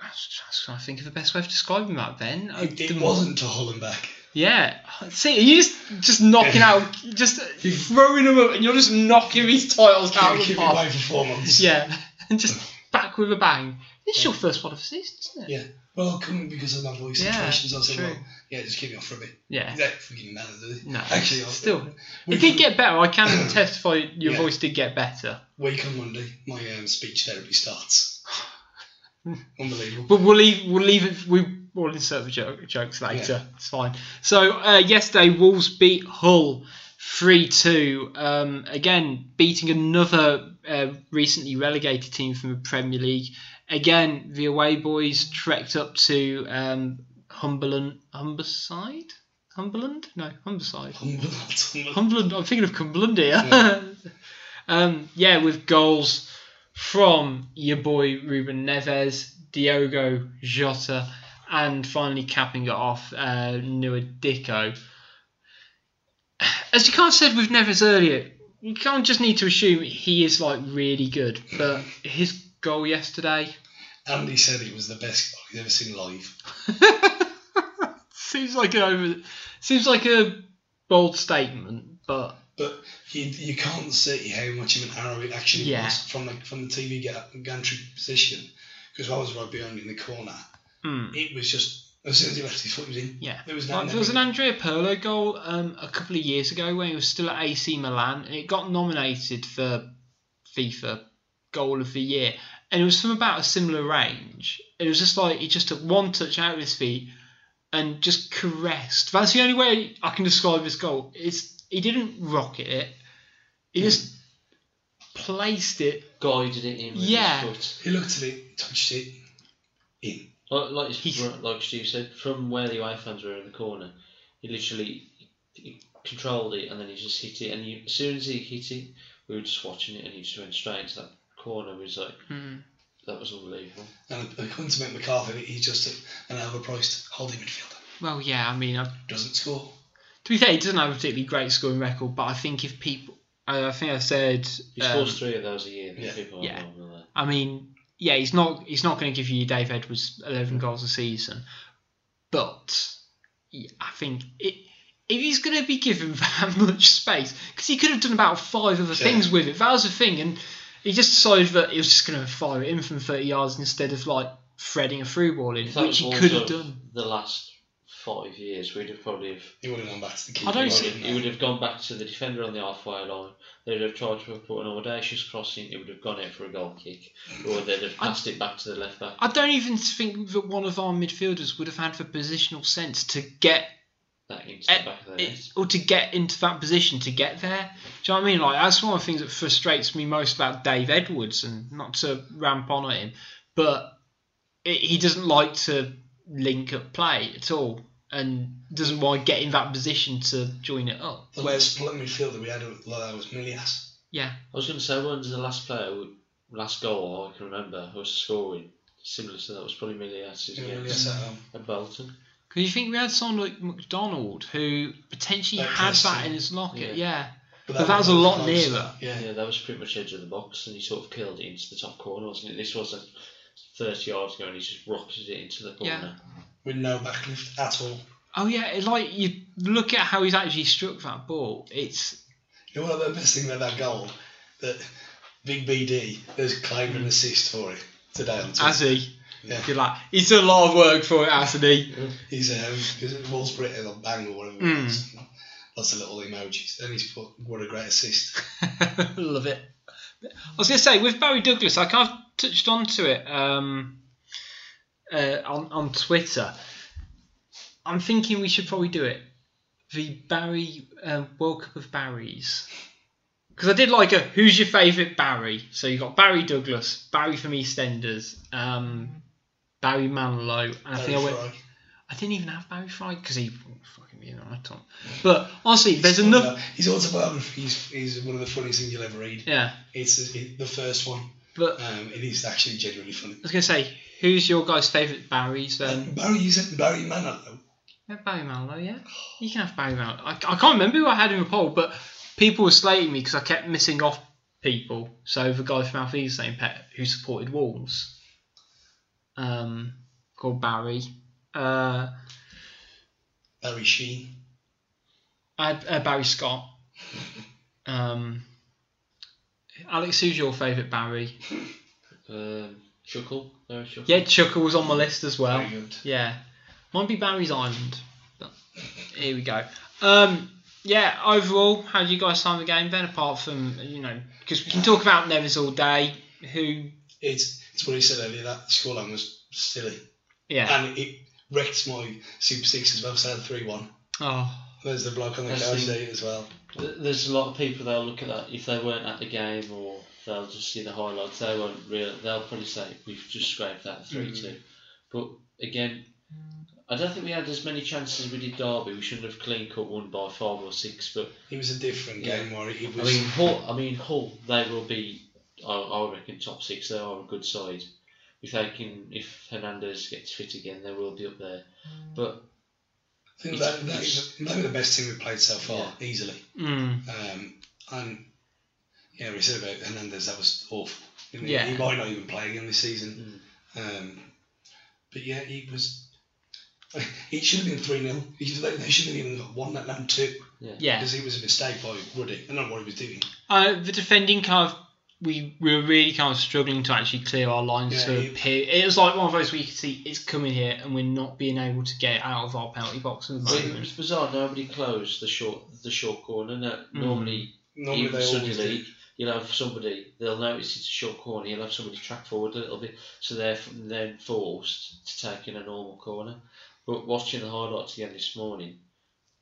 Speaker 1: I was just trying to think of the best way of describing that. Then Uh,
Speaker 2: It,
Speaker 1: the-
Speaker 2: it wasn't to Holland back.
Speaker 1: Yeah. See, you're just just knocking out, just throwing them up, and you're just knocking these titles out of the
Speaker 2: keep it
Speaker 1: park.
Speaker 2: away for four months.
Speaker 1: Yeah, and just back with a bang. It's your first one of the season, isn't it?
Speaker 2: Yeah. Well, coming because of my voice
Speaker 1: Yeah,
Speaker 2: situations, I said,
Speaker 1: true.
Speaker 2: well, yeah, just keep me off for a bit.
Speaker 1: Yeah.
Speaker 2: That fucking matter, does it?
Speaker 1: No,
Speaker 2: Actually, I-
Speaker 1: still,
Speaker 2: we
Speaker 1: it did
Speaker 2: can-
Speaker 1: get better. I can testify your
Speaker 2: Yeah.
Speaker 1: voice did get better.
Speaker 2: Week on Monday, my um, speech therapy starts. Unbelievable.
Speaker 1: But we'll leave. We'll leave it. We will insert the joke, jokes later. It's fine. So uh, yesterday, Wolves beat Hull three two. Um, again, beating another uh, recently relegated team from the Premier League. Again, the away boys trekked up to um, Humberland, Humberside, Humberland, no, Humberside.
Speaker 2: Humble, not humble.
Speaker 1: Cumberland. I'm thinking of Cumberland here. um, yeah, with goals from your boy Ruben Neves, Diogo Jota, and finally capping it off, uh, Nua Dicko. As you kind of said with Neves earlier, you can't just need to assume he is like really good, but his goal yesterday
Speaker 2: Andy said it was the best goal he's ever seen live.
Speaker 1: seems like an over Seems like a bold statement, but
Speaker 2: But you, you can't see how much of an arrow it actually
Speaker 1: Yeah.
Speaker 2: was from the from the TV ga- gantry position because I was right behind in the corner. It was just as soon as he left his foot, he was in.
Speaker 1: Hmm. yeah,
Speaker 2: there was,
Speaker 1: Like,
Speaker 2: that
Speaker 1: there was an Andrea Pirlo goal um, a couple of years ago when he was still at AC Milan, and it got nominated for FIFA Goal of the Year, and it was from about a similar range. It was just like he just took one touch out of his feet and just caressed. That's the only way I can describe this goal. It's he didn't rocket it. He just placed it.
Speaker 3: Guided it in with
Speaker 1: Yeah.
Speaker 3: his foot.
Speaker 2: He looked at it, touched it, in.
Speaker 3: Like, like,
Speaker 1: He's-
Speaker 3: like Stu said, from where the away fans were in the corner, he literally he controlled it and then he just hit it. And he, as soon as he hit it, we were just watching it and he just went straight into that corner. We was like,
Speaker 1: Hmm.
Speaker 3: that was unbelievable.
Speaker 2: And according to Mick McCarthy, he's just an overpriced holding midfielder.
Speaker 1: Well, yeah, I mean, I,
Speaker 2: Doesn't score.
Speaker 1: to be fair, he doesn't have a particularly great scoring record, but I think if people, I, I think I said,
Speaker 3: He
Speaker 1: um,
Speaker 3: scores three of those a year.
Speaker 2: yeah.
Speaker 3: Yeah. People
Speaker 1: Yeah.
Speaker 3: are uh, normal there.
Speaker 1: I mean, yeah, he's not he's not going to give you Dave Edwards eleven goals a season, but yeah, I think it, if he's going to be given that much space, because he could have done about five other things with it. That was the thing, and he just decided that he was just going to fire it in from thirty yards instead of like threading a through ball in,
Speaker 3: If that
Speaker 1: which he
Speaker 3: was
Speaker 1: could
Speaker 3: all
Speaker 1: have
Speaker 3: done
Speaker 1: done.
Speaker 3: The last five years, we'd have probably have
Speaker 2: He would have gone back to the keeper.
Speaker 1: I don't
Speaker 2: wouldn't
Speaker 1: see-
Speaker 2: he?
Speaker 3: It would have gone back to the defender on the halfway line. They'd have tried to put an audacious crossing. It would have gone out for a goal kick, or they'd have passed it back to the left back.
Speaker 1: I don't even think that one of our midfielders would have had the positional sense to get
Speaker 3: That into the back of the net.
Speaker 2: eh?
Speaker 1: it- or to get into that position to get there. Do you know what I mean? Like that's one of the things that frustrates me most about Dave Edwards, and not to ramp on at him, but it, he doesn't like to link up play at all, and doesn't want to get in that position to join it up.
Speaker 2: The last split midfielder we had like that was Milias.
Speaker 1: Yeah,
Speaker 3: I was going to say, when's the last player, who- last goal I can remember, who was scoring similar to that was probably Miliatis
Speaker 2: You know,
Speaker 3: against
Speaker 2: Milias at home.
Speaker 3: at Bolton.
Speaker 1: because you think we had someone like McDonald who potentially
Speaker 2: Like
Speaker 1: had that
Speaker 2: Preston.
Speaker 1: in his
Speaker 3: Yeah.
Speaker 1: locket. Yeah, But that was a lot nearer.
Speaker 2: Yeah.
Speaker 3: Yeah, that was pretty much edge of the box, and he sort of killed it into the top corner, wasn't it? This wasn't 30 yards ago, and he just rocketed it into the corner.
Speaker 2: With no backlift at all.
Speaker 1: Oh yeah, it- like you look at how he's actually struck that ball. It's
Speaker 2: You know what the best thing about that goal? That Big BD has claimed an assist for it today on Twitter.
Speaker 1: as he.
Speaker 2: Yeah.
Speaker 1: You're like, he's done a lot of work for it, hasn't he?
Speaker 2: He's um, because Wolfsburg had a bang or whatever.
Speaker 1: Hmm.
Speaker 2: it was. Lots of little emojis. And he's put what a great assist.
Speaker 1: Love it. I was going to say with Barry Douglas, I kind of touched onto it um, uh, on on Twitter. I'm thinking we should probably do it. The Barry um, World Cup of Barrys. Because I did like a who's your favourite Barry. So you got Barry Douglas, Barry from EastEnders, um, Barry Manilow, and I
Speaker 2: Barry
Speaker 1: think I went.
Speaker 2: Fry.
Speaker 1: I didn't even have Barry Fry because he fucking me an icon. But honestly, there's
Speaker 2: Well,
Speaker 1: enough.
Speaker 2: no, His autobiography is, is um, one of the funniest things you'll ever read.
Speaker 1: Yeah,
Speaker 2: It's uh, it, the first one.
Speaker 1: but I
Speaker 2: Um, it is actually genuinely funny.
Speaker 1: was gonna say, who's your guy's favourite Barry's then?
Speaker 2: Um, Barry, you said Barry Manilow.
Speaker 1: Yeah, Barry Manilow, yeah. You can have Barry Manilow. I, I can't remember who I had in the poll, but people were slating me because I kept missing off people. So the guy from Alfie's name pet who supported Wolves, um, called Barry. Uh,
Speaker 2: Barry Sheen.
Speaker 1: I had uh, Barry Scott. Um, Alex, who's your favourite Barry?
Speaker 3: Um, Chuckle, there, Chuckle.
Speaker 1: Yeah, Chuckle was on my list as well.
Speaker 2: Very good.
Speaker 1: Yeah. Might be Barry's Island. But here we go. Um, yeah, overall, how do you guys find the game then? Apart from, you know, because we can talk about Nevis all day, who,
Speaker 2: It's it's what he said earlier. That scoreline was silly,
Speaker 1: yeah.
Speaker 2: and it wrecked my Super Six as well. So three one.
Speaker 1: Oh,
Speaker 2: There's the bloke on the
Speaker 3: That's
Speaker 2: couch
Speaker 3: the-
Speaker 2: there as well.
Speaker 3: Th- There's a lot of people they'll look at that if they weren't at the game or they'll just see the highlights. They won't real. They'll probably say we've just scraped that three two, but again, I don't think we had as many chances as we did Derby. We shouldn't have clean cut one by five or six. But
Speaker 2: It was a different
Speaker 3: Yeah.
Speaker 2: game where it
Speaker 3: I
Speaker 2: was.
Speaker 3: mean Hull. I mean Hull. They will be. I, I reckon top six. They are a good side. If they can, if Hernandez gets fit again, they will be up there. But
Speaker 2: I think that, that is, they were the best team we've played so far, easily.
Speaker 1: mm,
Speaker 2: Um, and yeah, we said about Hernandez. That was awful. didn't he?
Speaker 1: Yeah.
Speaker 3: Mm.
Speaker 2: he might not even play again this season. Um, but yeah, it was. It should have been 3 0. They should have even got one, let down two.
Speaker 1: Yeah.
Speaker 2: Because it was a mistake by Ruddy. I don't know what he was doing.
Speaker 1: Uh, the defending kind of we, we were really kind of struggling to actually clear our lines
Speaker 2: Yeah,
Speaker 1: to
Speaker 2: you-
Speaker 1: appear. It was like one of those where you could see it's coming here and we're not being able to get out of our penalty box at the
Speaker 3: Well, It
Speaker 1: moment.
Speaker 3: was bizarre. Nobody closed the short the short corner. No, Normally,
Speaker 2: Normally
Speaker 3: even
Speaker 2: they
Speaker 3: Sunday
Speaker 2: always do.
Speaker 3: league, you'll have somebody. They'll notice it's a short corner. You'll have somebody track forward a little bit, so they're then forced to take in a normal corner. But watching the highlights again this morning,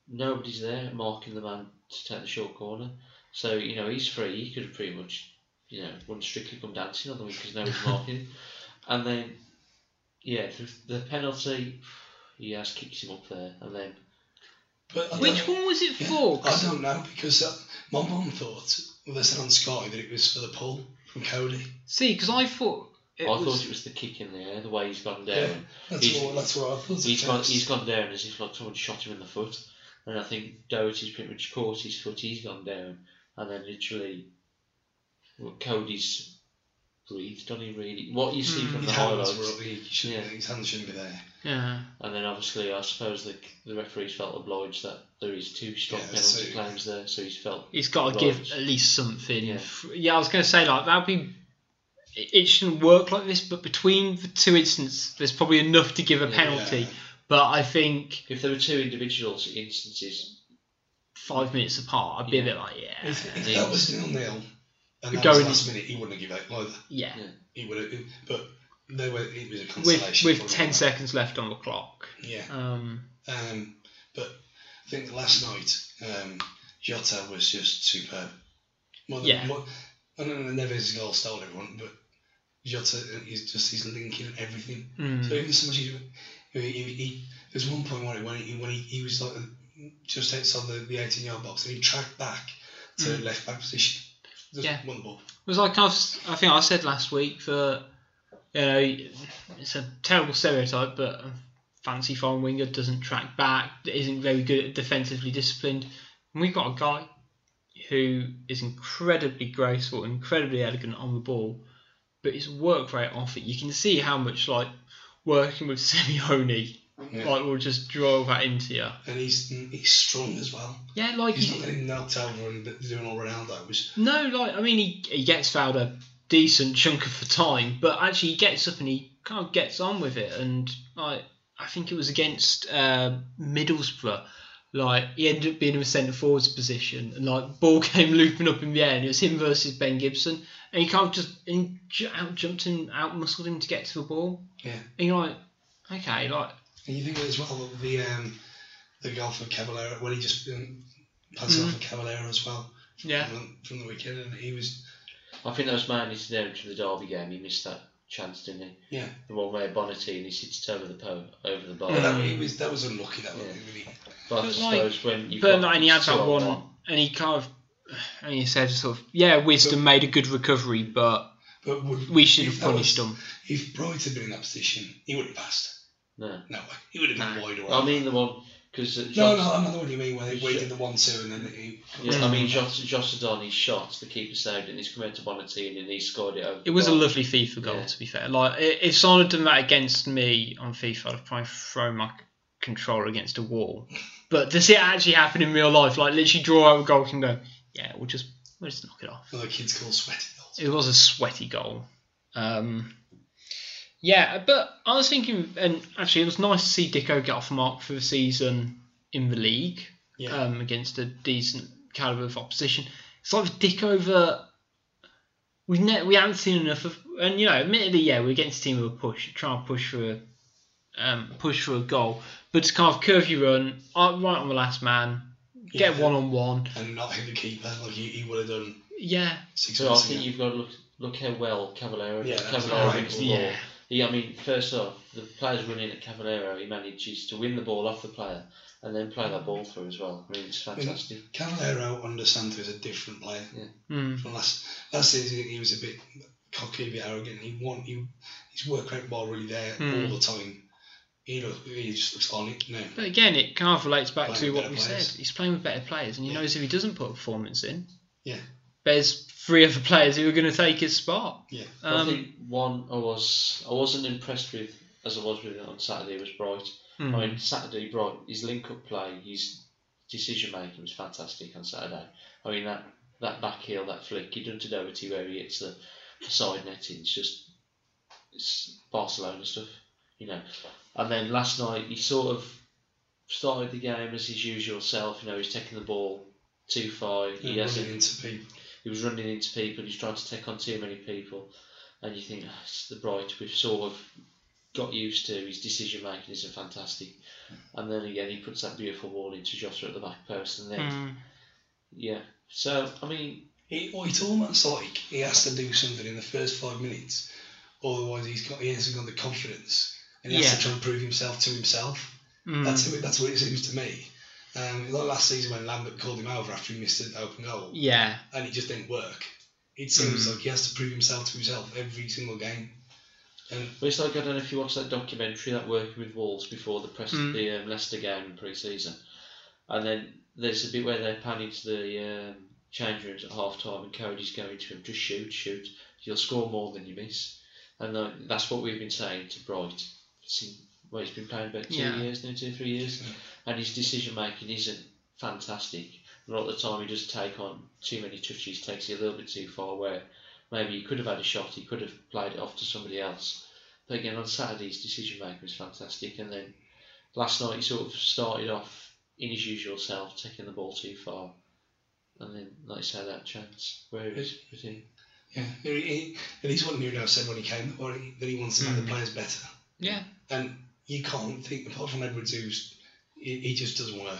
Speaker 3: nobody's there marking the man to take the short corner. So you know he's free. He could have pretty much, you know, wouldn't strictly come dancing on the wing because nobody's marking. him. And then, yeah, the, the penalty. He has kicked him up there, and then
Speaker 2: But I
Speaker 1: Which
Speaker 2: don't-
Speaker 1: one was it
Speaker 2: yeah,
Speaker 1: for? 'Cause-
Speaker 2: I don't know because uh, my mum thought, well, they said on Sky that it was for the pull from Cody.
Speaker 1: See, because I thought it
Speaker 3: I
Speaker 1: was.
Speaker 3: thought it was the kick in the air, the way he's gone down.
Speaker 2: Yeah, that's
Speaker 3: He's-
Speaker 2: what that's what I thought. at
Speaker 3: He's gone,
Speaker 2: first.
Speaker 3: he's gone down as if like someone shot him in the foot, and I think Doherty's pretty much caught his foot. He's gone down, and then literally, well, Cody's breathed on him really. What you see from the
Speaker 2: his hands
Speaker 3: highlights,
Speaker 2: were up. He shouldn't,
Speaker 3: Yeah.
Speaker 2: His hands shouldn't be there.
Speaker 1: yeah.
Speaker 3: and then obviously I suppose the the referees felt obliged that there is two strong
Speaker 2: Yeah,
Speaker 3: penalty
Speaker 2: so-
Speaker 3: claims there, so he's felt
Speaker 1: It's got to
Speaker 3: Right.
Speaker 1: give at least something.
Speaker 3: Yeah.
Speaker 1: Yeah, I was going to say like that'd be. It it shouldn't work like this, but between the two incidents, there's probably enough to give a penalty.
Speaker 2: Yeah.
Speaker 1: But I think
Speaker 3: if there were two individual instances,
Speaker 1: five minutes apart, I'd be
Speaker 3: Yeah.
Speaker 1: a bit like, yeah,
Speaker 2: If, if
Speaker 3: Yeah.
Speaker 2: that was nil nil, and that
Speaker 1: Going-
Speaker 2: was last minute, he wouldn't have given up either.
Speaker 1: yeah.
Speaker 3: Yeah.
Speaker 2: He would have, but they were. It was a
Speaker 1: With
Speaker 2: consolation.
Speaker 1: with
Speaker 2: for
Speaker 1: ten
Speaker 2: him.
Speaker 1: seconds left on the clock.
Speaker 2: Yeah.
Speaker 1: Um,
Speaker 2: Um, but I think last night, um, Jota was just superb. More than,
Speaker 1: Yeah.
Speaker 2: More, I don't know, Neves' goal stole everyone, but Jota is just he's linking everything.
Speaker 1: Mm.
Speaker 2: So even somebody who he, he, he there's one point where he, when he when he, he was like just outside the, the 18 yard box and he tracked back to left back position. Just
Speaker 1: Mm. Yeah.
Speaker 2: One ball.
Speaker 1: was like I've, I think I said last week that you know it's a terrible stereotype, but a fancy foreign winger doesn't track back, isn't very good at defensively disciplined, and we've got a guy who is incredibly graceful, incredibly elegant on the ball, but his work rate off it, you can see how much like working with Simeone,
Speaker 2: Yeah.
Speaker 1: like will just draw that into you.
Speaker 2: And he's he's strong as well.
Speaker 1: Yeah, like
Speaker 2: He's
Speaker 1: he-
Speaker 2: not getting knocked over and doing all Ronaldo's.
Speaker 1: No, like I mean, he, he gets fouled a decent chunk of the time, but actually he gets up and he kind of gets on with it. And like I think it was against uh, Middlesbrough, like he ended up being in a centre forwards position, and like ball came looping up in the air, and it was him versus Ben Gibson, and he kind of just and out jumped him, out muscled him to get to the ball.
Speaker 2: Yeah.
Speaker 1: And you're like, okay, like
Speaker 2: And you think as well that the um, the goal for Caballero when he just um, passed off for Caballero as well
Speaker 1: yeah,
Speaker 2: from, from the weekend, and he was
Speaker 3: I think that was mainly to do to the Derby game. He missed that chance, didn't he?
Speaker 2: yeah.
Speaker 3: The one where Bonnetti and he sits over the po- over the bar.
Speaker 2: But that, he was that was unlucky. That one
Speaker 3: Yeah.
Speaker 2: really.
Speaker 3: But
Speaker 1: But,
Speaker 3: I
Speaker 1: like,
Speaker 3: suppose when you've
Speaker 1: but
Speaker 3: got
Speaker 1: like, and he had
Speaker 3: two
Speaker 1: that
Speaker 3: on
Speaker 1: one, and he kind of. And he said, sort of, yeah, Wisdom made a good recovery, but
Speaker 2: But would,
Speaker 1: we should
Speaker 2: if
Speaker 1: have
Speaker 2: that
Speaker 1: punished
Speaker 2: was-
Speaker 1: them.
Speaker 2: If Bright had been in that position, he would have passed.
Speaker 3: No,
Speaker 2: No way. He would have been wide away.
Speaker 3: I mean the one because
Speaker 2: no, no, I know what you mean. Where they waited the one two and then he.
Speaker 3: Yeah,
Speaker 1: Mm.
Speaker 3: I mean Josh Josh Adani shot the keeper saved it, and he's come out to Bonnetti and he scored it over.
Speaker 1: It
Speaker 3: the
Speaker 1: was a
Speaker 3: bar.
Speaker 1: lovely FIFA goal,
Speaker 3: Yeah.
Speaker 1: to be fair. Like i- if someone had done that against me on FIFA, I'd have probably thrown my c- controller against a wall. But to see it actually happen in real life, like literally draw out a goal and go, yeah, we'll just we'll just knock it off.
Speaker 2: Well, the kids call sweaty goals.
Speaker 1: It was a sweaty goal. Um, yeah, but I was thinking, and actually, it was nice to see Dicko get off the mark for the season in the league
Speaker 2: Yeah.
Speaker 1: um, against a decent caliber of opposition. It's like the Dicko that we ne- we haven't seen enough of, and you know, admittedly, yeah, we're against a team who are push, trying to push for a um, push for a goal, but it's kind of curvy run, uh, right on the last man, get
Speaker 2: Yeah.
Speaker 1: one on one,
Speaker 2: and not hit the keeper like he, he would have done
Speaker 1: yeah,
Speaker 2: six
Speaker 3: So I
Speaker 2: months
Speaker 3: think
Speaker 2: ago.
Speaker 3: you've got to look look how well Cavallero
Speaker 2: Yeah, that was
Speaker 3: Cavallero
Speaker 2: great
Speaker 3: wins
Speaker 2: ball.
Speaker 3: the ball.
Speaker 1: Yeah.
Speaker 3: He, I mean, first off, the player's running at Cavallero. He manages to win the ball off the player and then play that ball through as well. I mean, it's
Speaker 2: I mean,
Speaker 3: fantastic.
Speaker 2: Cavallero under Santo is a different player.
Speaker 1: Mm.
Speaker 2: From last last season, he was a bit cocky, a bit arrogant. He won. He, his work rate ball really there all the time. He looks. He just looks on it now.
Speaker 1: But again, it kind of relates back
Speaker 2: Playing
Speaker 1: to
Speaker 2: with
Speaker 1: what
Speaker 2: better
Speaker 1: we
Speaker 2: players.
Speaker 1: said. He's playing with better players, and he knows if he doesn't put a performance in,
Speaker 2: Yeah,
Speaker 1: there's three other players who are going to take his spot.
Speaker 2: yeah.
Speaker 3: I
Speaker 1: Um,
Speaker 3: think one I was I wasn't impressed with as I was with it on Saturday was Bright. I mean, Saturday brought his link-up play, his decision making was fantastic on Saturday. I mean that that back heel, that flick he done to Doherty where he hits the side netting. It's just it's Barcelona stuff, you know. And then last night he sort of started the game as his usual self. You know, he's taking the ball too far. He hasn't
Speaker 2: running into people.
Speaker 3: he was running into people, he's trying to take on too many people, and you think "Ah, it's the bright we've sort of got used to. His decision making isn't fantastic, and then again he puts that beautiful ball into Jota at the back post, and then yeah. So I mean,
Speaker 2: It, well, it's almost like he has to do something in the first five minutes, otherwise he's got, he hasn't got the confidence, and he has
Speaker 1: Yeah. Hmm.
Speaker 2: to try and prove himself to himself.
Speaker 1: Um, mm,
Speaker 2: That's what, that's what it seems to me. Um, like last season when Lambert called him over after he missed an open goal,
Speaker 1: Yeah.
Speaker 2: and it just didn't work. It seems like he has to prove himself to himself every single game. And
Speaker 3: but it's like I don't know if you watched that documentary that working with Wolves before the press the um, Leicester game in pre-season, and then there's a bit where they're panning to the um, change rooms at half time, and Cody's going to him, just shoot, shoot, you'll score more than you miss, and tha- that's what we've been saying to Bright. Since, well, he's been playing about two
Speaker 1: Yeah.
Speaker 3: years now, two three years, and his decision making isn't fantastic. A lot of the time, he does take on too many touches, takes it a little bit too far. Where maybe he could have had a shot, he could have played it off to somebody else. But again, on Saturday, his decision making was fantastic, and then last night he sort of started off in his usual self, taking the ball too far, and then, like I say, that chance. Where is was he?
Speaker 2: yeah, he, he, and he's what Nuno said when he came, or he, that he wants to make the players better.
Speaker 1: Yeah.
Speaker 2: And you can't think, apart from Edwards, who's he, he just doesn't work.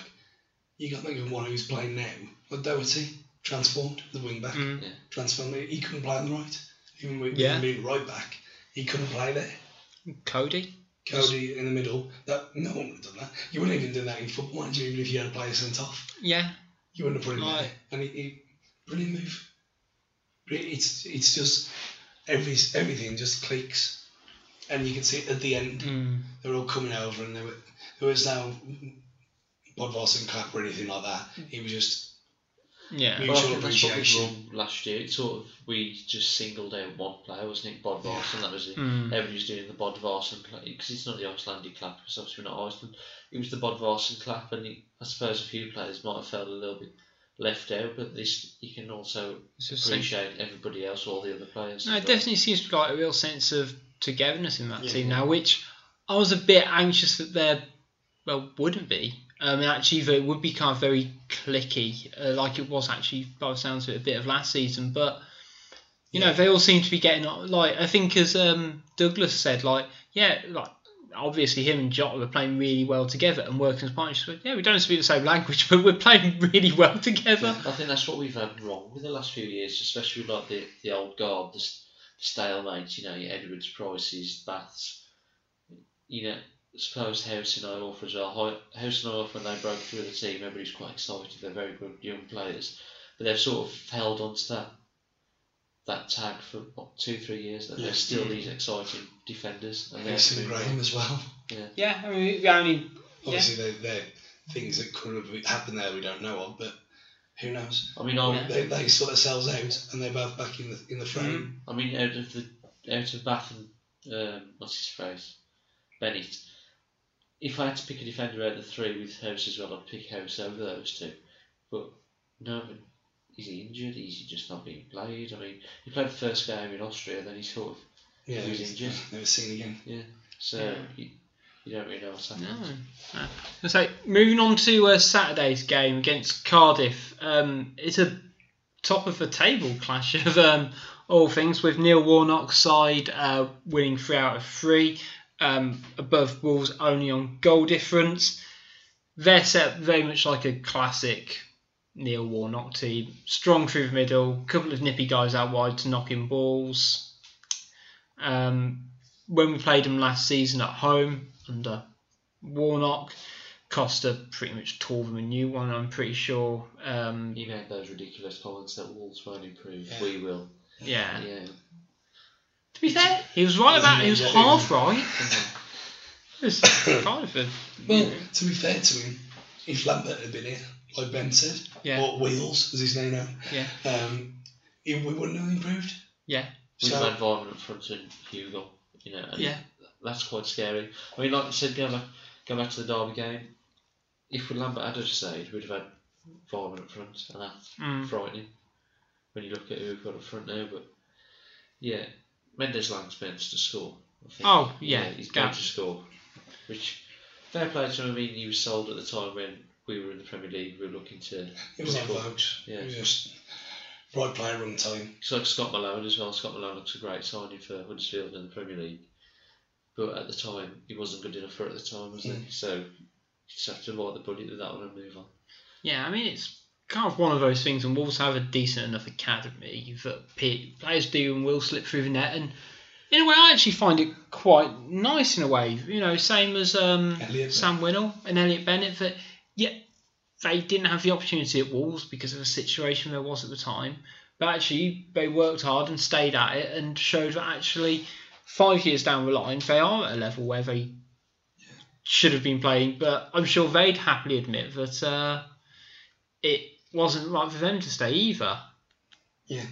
Speaker 2: You can't think of one who's playing now. Like Doherty, transformed the wing back,
Speaker 3: Yeah.
Speaker 2: transformed. He couldn't play on the right, even with
Speaker 1: Yeah.
Speaker 2: him being right back. He couldn't play there.
Speaker 1: Cody.
Speaker 2: Cody in the middle. That no one would have done that. You wouldn't even do that in football, would you? Even if you had a player sent off,
Speaker 1: Yeah.
Speaker 2: you wouldn't have put him
Speaker 1: Right.
Speaker 2: there. And he, he brilliant move. Bri- It's it's just every everything just clicks, and you can see it at the end they were all coming over, and there were there was no Bodvars and clap or anything like that. It was just
Speaker 1: Yeah.
Speaker 2: Mutual
Speaker 3: Well, I think that's what we
Speaker 2: appreciation.
Speaker 3: won last year. It sort of we just singled out one player, wasn't it? Bod Varson. That was it.
Speaker 1: Hmm.
Speaker 3: Everybody was doing the Bod Varson play because it's not the Icelandic clap because obviously we're not Iceland. It was the Bod Varson clap, and it, I suppose a few players might have felt a little bit left out, but this you can also
Speaker 1: It's just
Speaker 3: appreciate everybody else, all the other players.
Speaker 1: No, it
Speaker 3: But-
Speaker 1: definitely seems to be like a real sense of togetherness in that team now, which I was a bit anxious that there, well, wouldn't be. Um, actually, that it would be kind of very clicky, uh, like it was actually by the sounds of it a bit of last season. But you know, they all seem to be getting on- like I think as um, Douglas said, like yeah, like obviously him and Jota are playing really well together and working as partners. But yeah, we don't speak the same language, but we're playing really well together.
Speaker 3: I think that's what we've had wrong with the last few years, especially with like the, the old guard, the, s- the stalemates, you know, your Edwards, Prices, Baths. You know, suppose House and Oilhoff as well. Ho- House and Oilhoff, when they broke through the team, everybody's quite excited. They're very good young players. But they've sort of held on to that that tag for what, two, three years that they're still these exciting defenders. And they're
Speaker 2: Mason Graham as well.
Speaker 1: Yeah, I mean, we only
Speaker 2: Obviously, they're, they're things that could have happened there we don't know of, but who knows?
Speaker 3: I mean, I'm,
Speaker 2: They, they sort themselves out, and they're both back in the in the frame.
Speaker 3: I mean, out of the out of Bath and um, what's his face, Bennett. If I had to pick a defender out of the three with House as well, I'd pick House over those two. But no, but is he injured? Is he just not being played? I mean, he played the first game in Austria, then he sort of
Speaker 2: Yeah,
Speaker 3: He was injured.
Speaker 2: never seen again.
Speaker 3: yeah. So You, you don't really know what's happening.
Speaker 1: So moving on to uh, Saturday's game against Cardiff, um, it's a top of the table clash of um, all things with Neil Warnock's side uh, winning three out of three, um, above Wolves only on goal difference. They're set very much like a classic Neil Warnock team, strong through the middle, couple of nippy guys out wide to knock in balls. Um, when we played them last season at home under Warnock. Costa pretty much tore them a new one, I'm pretty sure. Um,
Speaker 3: He made those ridiculous comments that Wolves won't improve. We will.
Speaker 1: yeah.
Speaker 3: Yeah.
Speaker 1: To be fair, he was right about he was
Speaker 2: Yeah.
Speaker 1: half right. It was kind of a,
Speaker 2: Well, to be fair to him, if Lambert had been here, like Ben said,
Speaker 1: Yeah.
Speaker 2: or Wheels, as his name now,
Speaker 1: yeah,
Speaker 2: um, he, we wouldn't have improved.
Speaker 1: yeah,
Speaker 3: with
Speaker 2: So-
Speaker 3: so, Van Vaughan up front and Hugo, you know, and
Speaker 1: Yeah.
Speaker 3: that's quite scary. I mean, like I said, the other Go back to the Derby game. If we'd Lambert had a stage, we'd have had five up front, and that's
Speaker 1: Hmm. mm.
Speaker 3: frightening when you look at who we've got up front now. But yeah, Mendes Lang's meant to score. I think.
Speaker 1: Oh, yeah,
Speaker 3: he's going
Speaker 1: yeah.
Speaker 3: to score. Which fair play to him. I mean, he was sold at the time when we were in the Premier League. We were looking to.
Speaker 2: It was on
Speaker 3: score.
Speaker 2: vote.
Speaker 3: Yeah.
Speaker 2: It was just right player, wrong time.
Speaker 3: It's like Scott Malone as well. Scott Malone looks a great signing for Huddersfield in the Premier League, but at the time he wasn't good enough for it at the time, was
Speaker 1: Mm.
Speaker 3: he? So you just have to bite the bullet with that one and move on.
Speaker 1: Yeah, I mean it's kind of one of those things, and Wolves have a decent enough academy that pe- players do and will slip through the net. And in a way, I actually find it quite nice in a way. You know, same as um,
Speaker 2: Elliot
Speaker 1: Sam Winnell and Elliot Bennett. That yeah, they didn't have the opportunity at Wolves because of the situation there was at the time. But actually, they worked hard and stayed at it and showed that actually, five years down the line, they are at a level where they should have been playing. But I'm sure they'd happily admit that uh, it wasn't right for them to stay either.
Speaker 2: Yeah.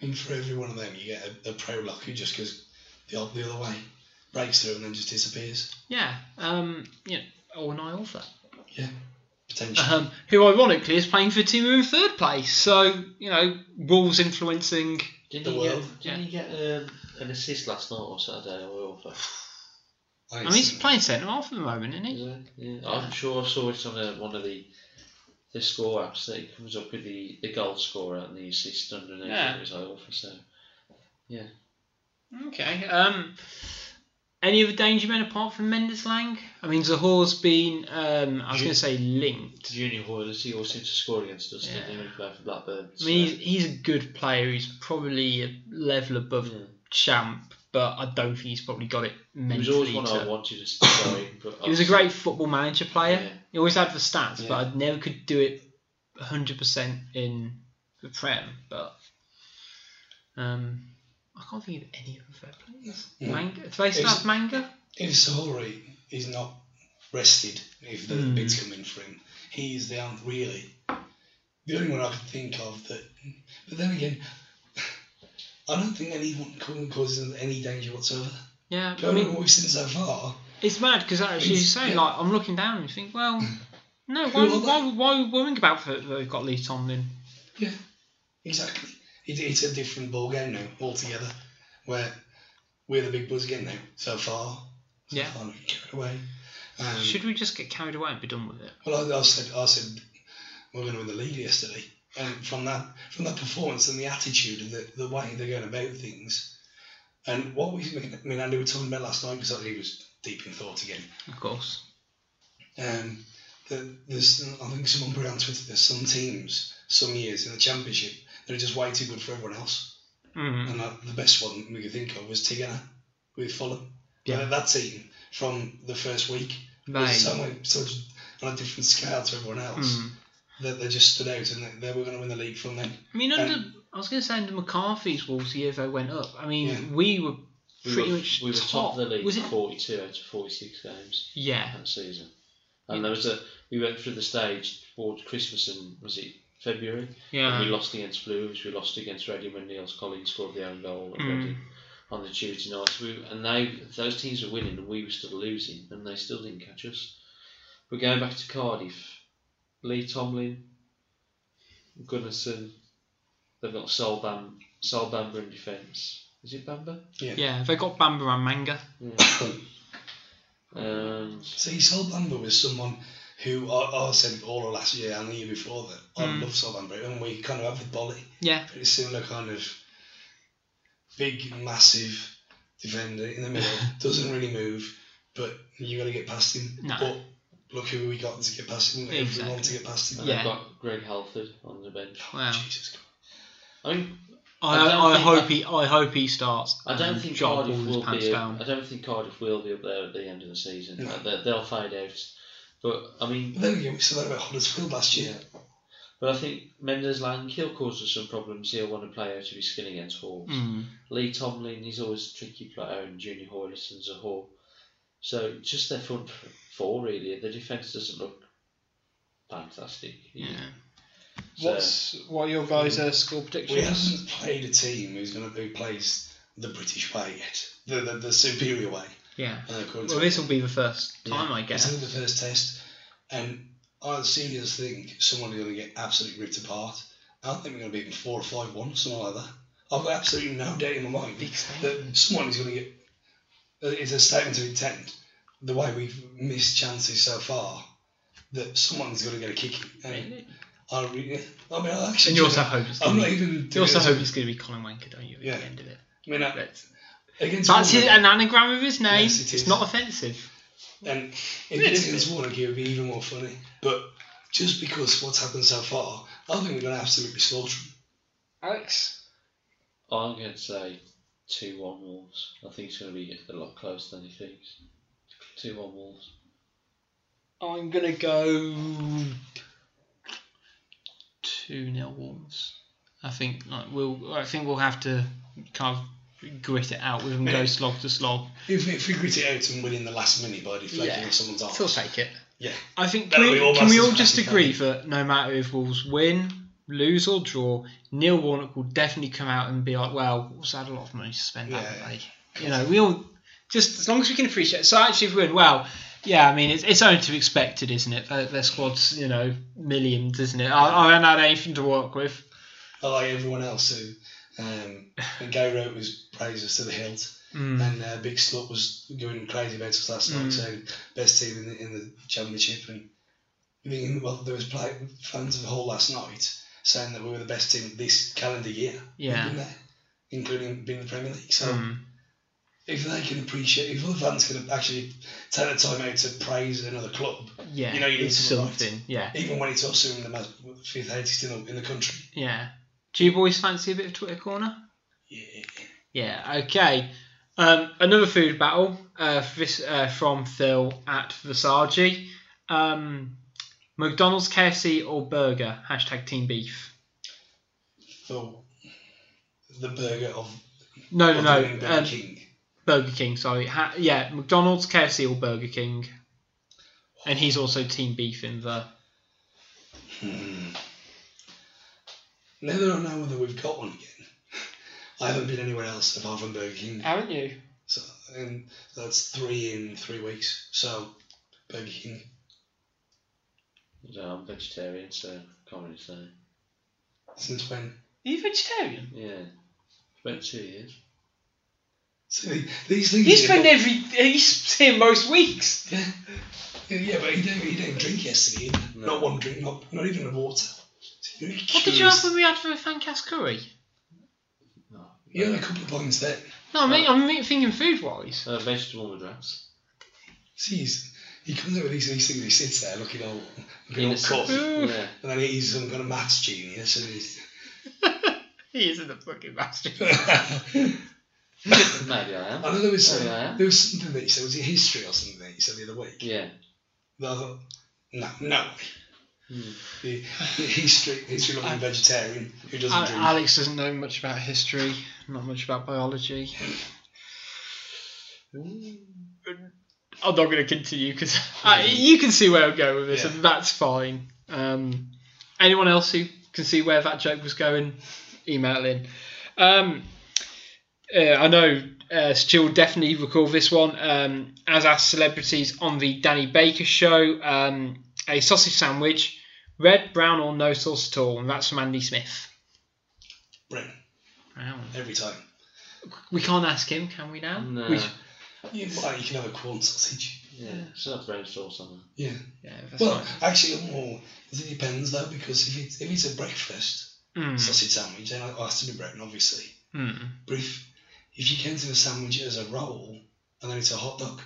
Speaker 2: And for every one of them, you get a, a pro lock who just goes the, odd- the other way, breaks through, and then just disappears.
Speaker 1: Yeah, um, you know, or Niall Alpha,
Speaker 2: Yeah. Potentially.
Speaker 1: um, who ironically is playing for a team who are in third place. So you know, Wolves influencing.
Speaker 3: Didn't
Speaker 2: The
Speaker 3: he
Speaker 2: world.
Speaker 3: get? Didn't he get um, an assist last night or Saturday or whatever?
Speaker 1: I mean, he's playing centre half at the moment, isn't he?
Speaker 3: Yeah, yeah. I'm sure I saw it on uh one of the the score apps that it comes up with the, the goal scorer and the assist underneath.
Speaker 1: Yeah.
Speaker 3: It was like awful. So yeah,
Speaker 1: Okay. Um, any other danger men apart from Mendes Lang? I mean, Zahor's been, um, I was
Speaker 3: Ju-
Speaker 1: going to say linked.
Speaker 3: Junior Hoyles he also seemed to score against us. Didn't he when he played for Blackburn?
Speaker 1: I
Speaker 3: So,
Speaker 1: mean, he's, he's a good player. He's probably a level above Champ, but I don't think he's probably got it
Speaker 3: Hmm. he was
Speaker 1: mentally.
Speaker 3: always one I
Speaker 1: to-
Speaker 3: wanted to stay. But
Speaker 1: He was a great football manager player.
Speaker 3: Yeah.
Speaker 1: He always had the stats,
Speaker 3: Yeah.
Speaker 1: but I never could do it 100% in the Prem. But um, I can't think of any other fair players. Manga? Do they still
Speaker 2: was-
Speaker 1: have Manga?
Speaker 2: If Sahori is not rested, if the bids come in for him, he is the only really the only one I could think of that. But then again, I don't think anyone can cause him any danger whatsoever.
Speaker 1: Yeah. I
Speaker 2: Going
Speaker 1: mean,
Speaker 2: on what we've seen so far,
Speaker 1: It's mad because actually,
Speaker 2: It's-
Speaker 1: you say
Speaker 2: yeah.
Speaker 1: like I'm looking down and you think, well, no,
Speaker 2: Who
Speaker 1: why,
Speaker 2: are they?
Speaker 1: why, why, why worrying about that they've got Lee Tomlin?
Speaker 2: yeah, exactly. It, it's a different ball game now altogether, where we're the big buzz again now. So far, so
Speaker 1: Yeah.
Speaker 2: far, not carried away. Um,
Speaker 1: Should we just get carried away and be done with it?
Speaker 2: Well, I, I said, I said, we're going to win the league yesterday, and from that, from that performance and the attitude and the, the way they're going about things, and what we, I mean, Andy were talking about last night because he was deep in thought again.
Speaker 1: Of course.
Speaker 2: Um, the, there's, I think someone put it on Twitter. There's some teams, some years in the championship, that are just way too good for everyone else.
Speaker 1: Mm.
Speaker 2: And that, the best one we could think of was Tigana with Fulham.
Speaker 1: Yeah.
Speaker 2: Yeah. That team from the first week
Speaker 1: They,
Speaker 2: was so much, such on a different scale to everyone else
Speaker 1: Mm.
Speaker 2: that they just stood out and they, they were going to win the league from then.
Speaker 1: I mean, under
Speaker 2: And-
Speaker 3: Um,
Speaker 1: I was going to say under McCarthy's Wolves the year they went up. I mean,
Speaker 2: Yeah.
Speaker 1: we were
Speaker 3: We
Speaker 1: pretty
Speaker 3: were,
Speaker 1: much
Speaker 3: we were
Speaker 1: top.
Speaker 3: top, of the league,
Speaker 1: Was it?
Speaker 3: 42 out of 46 games
Speaker 1: Yeah.
Speaker 3: that season. And there was a we went through the stage towards Christmas and was it February?
Speaker 1: Yeah.
Speaker 3: And we lost against Blues, we lost against Reading when Niels Collins scored the own goal at
Speaker 1: Mm.
Speaker 3: Reading on the Tuesday night. So we, and they those teams were winning and we were still losing and they still didn't catch us. We're going back to Cardiff. Lee Tomlin, Gunnarsson, they've got Sol, Bam, Sol Bamba in defence. Is it Bamba?
Speaker 1: Yeah. They got Bamba and Manga.
Speaker 3: Um,
Speaker 2: See, Sol Bamba was someone who oh, I, I said all of last year and the year before that
Speaker 1: Mm.
Speaker 2: I love Sol Bamba and we kind of have the Bolly.
Speaker 1: Yeah.
Speaker 2: Pretty similar kind of big, massive defender in the middle, doesn't really move, but you got to get past him.
Speaker 1: No.
Speaker 2: But look who we got to get past him, everyone to
Speaker 1: Exactly.
Speaker 2: get past him.
Speaker 1: Yeah.
Speaker 3: They've got Greg Halford on the bench.
Speaker 1: Wow.
Speaker 2: Jesus Christ.
Speaker 3: I mean,
Speaker 1: I,
Speaker 3: I don't
Speaker 1: I,
Speaker 3: think
Speaker 1: hope he I hope he starts.
Speaker 3: I don't
Speaker 1: and
Speaker 3: think
Speaker 1: John
Speaker 3: Cardiff
Speaker 1: Wall's
Speaker 3: will
Speaker 1: pants
Speaker 3: be.
Speaker 1: down.
Speaker 3: I don't think Cardiff will be up there at the end of the season. Uh, They, they'll fade out. But I mean,
Speaker 2: But then again, we saw that about Huddersfield last year.
Speaker 3: yeah. But I think Mendes Lang he'll cause us some problems. He'll want a player to be skin against Hall.
Speaker 1: Mm.
Speaker 3: Lee Tomlin, he's always a tricky player, and Junior Hoyles and Zahor. So just their front f- four really. The defence doesn't look fantastic.
Speaker 1: Yeah.
Speaker 3: So-
Speaker 1: what are your guys' uh, score
Speaker 2: We
Speaker 1: predictions?
Speaker 2: haven't played a team who's going to who plays the British way yet, the the, the superior way.
Speaker 1: Yeah.
Speaker 3: Um,
Speaker 2: And according
Speaker 1: Well,
Speaker 2: to
Speaker 1: this will be the first time, I
Speaker 2: It's
Speaker 1: guess.
Speaker 2: only the first test, and I seriously think someone's going to get absolutely ripped apart. I don't think we're going to beat them four or five one, something like that. I've got absolutely no doubt in my mind that someone is going to get. uh, It's a statement of intent. The way we've missed chances so far, that someone's going to get a kick. And I, re- I mean, I actually.
Speaker 1: And you also hope it's
Speaker 2: I'm
Speaker 1: gonna
Speaker 2: not
Speaker 1: be-
Speaker 2: even.
Speaker 1: You also hope it's going to be Colin Wanker, don't you? At
Speaker 2: Yeah.
Speaker 1: the end of it.
Speaker 2: I mean, I,
Speaker 1: That's,
Speaker 2: against
Speaker 1: that's his,
Speaker 2: Wolves-
Speaker 1: an anagram of his name.
Speaker 2: Yes, it
Speaker 1: It's
Speaker 2: is.
Speaker 1: not offensive.
Speaker 2: And if
Speaker 1: Yeah,
Speaker 2: it's
Speaker 1: it
Speaker 2: against Warnock, it would be even more funny. But just because what's happened so far, I think we're going to absolutely slaughter them.
Speaker 1: Alex?
Speaker 3: I'm going to say 2 1 Wolves. I think it's going to be a lot closer than he thinks. 2 1 Wolves.
Speaker 1: I'm going to go 2 nil Wolves. I think like, we'll I think we'll have to kind of grit it out with them go slog to slog.
Speaker 2: Even if we grit it out and win in the last minute by deflecting
Speaker 1: Yeah.
Speaker 2: someone's arm.
Speaker 1: Still take it.
Speaker 2: Yeah.
Speaker 1: I think can
Speaker 2: That'll
Speaker 1: we,
Speaker 2: be almost
Speaker 1: can we
Speaker 2: as
Speaker 1: all
Speaker 2: bad
Speaker 1: just
Speaker 2: as that.
Speaker 1: agree that no matter if Wolves win, lose or draw, Neil Warnock will definitely come out and be like, "Well, Wolves had a lot of money to spend,
Speaker 2: Yeah.
Speaker 1: haven't they?" You know, we all just as long as we can appreciate. So actually, if we win, well, yeah, I mean, it's, it's only to be expected, isn't it? Their, their squad's you know millions, isn't it? I, I haven't had anything to work with.
Speaker 2: I like everyone else who. Um, when Gary Rote was praised us to the hilt,
Speaker 1: Mm.
Speaker 2: and uh, Big Slut was going crazy about us last night, saying best team in the, in the championship, and I mean, well, there was play, fans of the whole last night saying that we were the best team this calendar year.
Speaker 1: Yeah. Mm.
Speaker 2: been there, including being the Premier League. So
Speaker 1: Um,
Speaker 2: if they can appreciate, if other fans can actually take the time out to praise another club,
Speaker 1: Yeah,
Speaker 2: you know you need
Speaker 1: it's
Speaker 2: someone right.
Speaker 1: something. Yeah,
Speaker 2: even when it's us who are in the most- fifth headiest in the, in the country.
Speaker 1: yeah. Do you boys fancy a bit of Twitter corner?
Speaker 2: Yeah.
Speaker 1: Yeah, okay. Um, another food battle uh, for this, uh, from Phil at Versace. Um, McDonald's, KFC, or burger? Hashtag Team Beef.
Speaker 2: So the burger of
Speaker 1: No, no,
Speaker 2: of
Speaker 1: no.
Speaker 2: the Burger
Speaker 1: um,
Speaker 2: King.
Speaker 1: Burger King, sorry. Ha- yeah, McDonald's, KFC, or Burger King. And he's also Team Beef in the.
Speaker 2: Now that I know whether we've got one again, I haven't been anywhere else apart from Burger King.
Speaker 1: Haven't you?
Speaker 2: So and that's three in three weeks. So Burger King.
Speaker 3: No, I'm vegetarian, so I can't really say.
Speaker 2: Since when?
Speaker 1: Are you vegetarian?
Speaker 3: Yeah. About two years.
Speaker 2: So these things.
Speaker 1: You spend every. uh, You see most weeks.
Speaker 2: Yeah, yeah, but he didn't, he didn't drink yesterday. either.
Speaker 3: No.
Speaker 2: Not one drink, not, not even a water. So you're
Speaker 1: What did you have when we had for a fancast curry?
Speaker 3: No.
Speaker 2: You had a couple of pints then.
Speaker 1: No, I
Speaker 2: Uh,
Speaker 1: mean, I'm thinking food wise.
Speaker 3: Uh, vegetable madras.
Speaker 2: Jeez, he comes out with these, these things. He sits there looking all looking all
Speaker 3: Innocent.
Speaker 2: cut,
Speaker 3: Yeah.
Speaker 2: and then he's some kind of maths genius, and he's
Speaker 1: He isn't a fucking bastard.
Speaker 3: Maybe I am.
Speaker 2: I know there was some,
Speaker 3: Oh, yeah.
Speaker 2: there was something that he said was it history or something that he said the other week.
Speaker 3: Yeah.
Speaker 2: That I thought, no, no. Hmm. The, the history, history looking vegetarian who doesn't
Speaker 1: Al-
Speaker 2: drink.
Speaker 1: Alex doesn't know much about history, not much about biology. Mm. I'm not going to continue because you can see where I'm going with this,
Speaker 2: Yeah.
Speaker 1: and that's fine. Um, anyone else who can see where that joke was going, email in. Um, uh, I know uh, Stu will definitely recall this one. Um, as asked celebrities on the Danny Baker show, um, a sausage sandwich, red, brown, or no sauce at all, and that's from Andy Smith.
Speaker 2: Brent,
Speaker 1: Brown.
Speaker 2: every time.
Speaker 1: We can't ask him, can we now?
Speaker 3: No.
Speaker 1: We-
Speaker 2: You, well, you can have a corn sausage.
Speaker 3: Yeah. It's not brown sauce on that.
Speaker 2: Yeah.
Speaker 1: yeah, that's
Speaker 2: Well,
Speaker 1: fine.
Speaker 2: actually, well, it depends though, because if it's, if it's a breakfast
Speaker 1: Hmm.
Speaker 2: sausage sandwich, then it has to be brown, obviously. But if, if you can do a sandwich as a roll, and then it's a hot dog,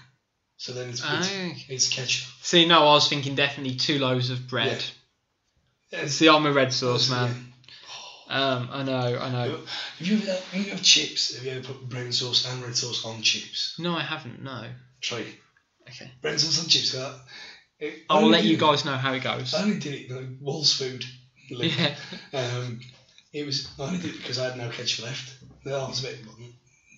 Speaker 2: so then it's
Speaker 1: Aye.
Speaker 2: it's, it's ketchup.
Speaker 1: See, no, I was thinking definitely two loaves of bread.
Speaker 2: It's-
Speaker 1: See, I'm a red sauce man. Um, I know, I know.
Speaker 2: Have you ever, when you have chips, have you ever put brown sauce and red sauce on chips?
Speaker 1: No, I haven't. No.
Speaker 2: Try it.
Speaker 1: Okay.
Speaker 2: Brown sauce on chips. That, it, I
Speaker 1: I'll
Speaker 2: only
Speaker 1: let
Speaker 2: did
Speaker 1: you
Speaker 2: it-
Speaker 1: guys know how it goes.
Speaker 2: I only did it like Walls food. Like,
Speaker 1: Yeah.
Speaker 2: Um, it was I only did it because I had no ketchup left. The I was a bit mm,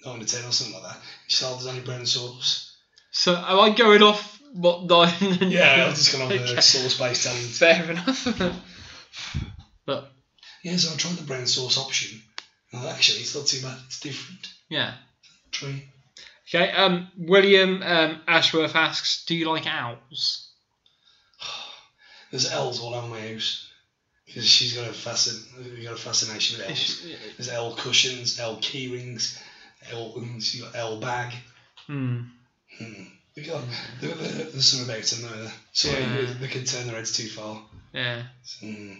Speaker 2: nine to ten or something like that. She said, "Oh, "There's only brown sauce."
Speaker 1: So am I going off what nine?
Speaker 2: Yeah, I was just uh, gonna have
Speaker 1: Okay.
Speaker 2: the sauce based on.
Speaker 1: Fair enough. but
Speaker 2: Yeah, so I tried the brown sauce option. And actually, it's not too bad. It's different.
Speaker 1: yeah.
Speaker 2: True.
Speaker 1: Okay. Um, William um, Ashworth asks, "Do you like owls?"
Speaker 2: There's elves all around my house. 'Cause She's got a fascin- she's got a fascination with elves. There's L cushions, L key rings, L um, she got L bag.
Speaker 1: Hmm.
Speaker 2: Hmm. Look at them. There- there- There's some about them though. there. So
Speaker 1: Yeah.
Speaker 2: they, they can turn their heads too far.
Speaker 1: Yeah.
Speaker 2: Hmm.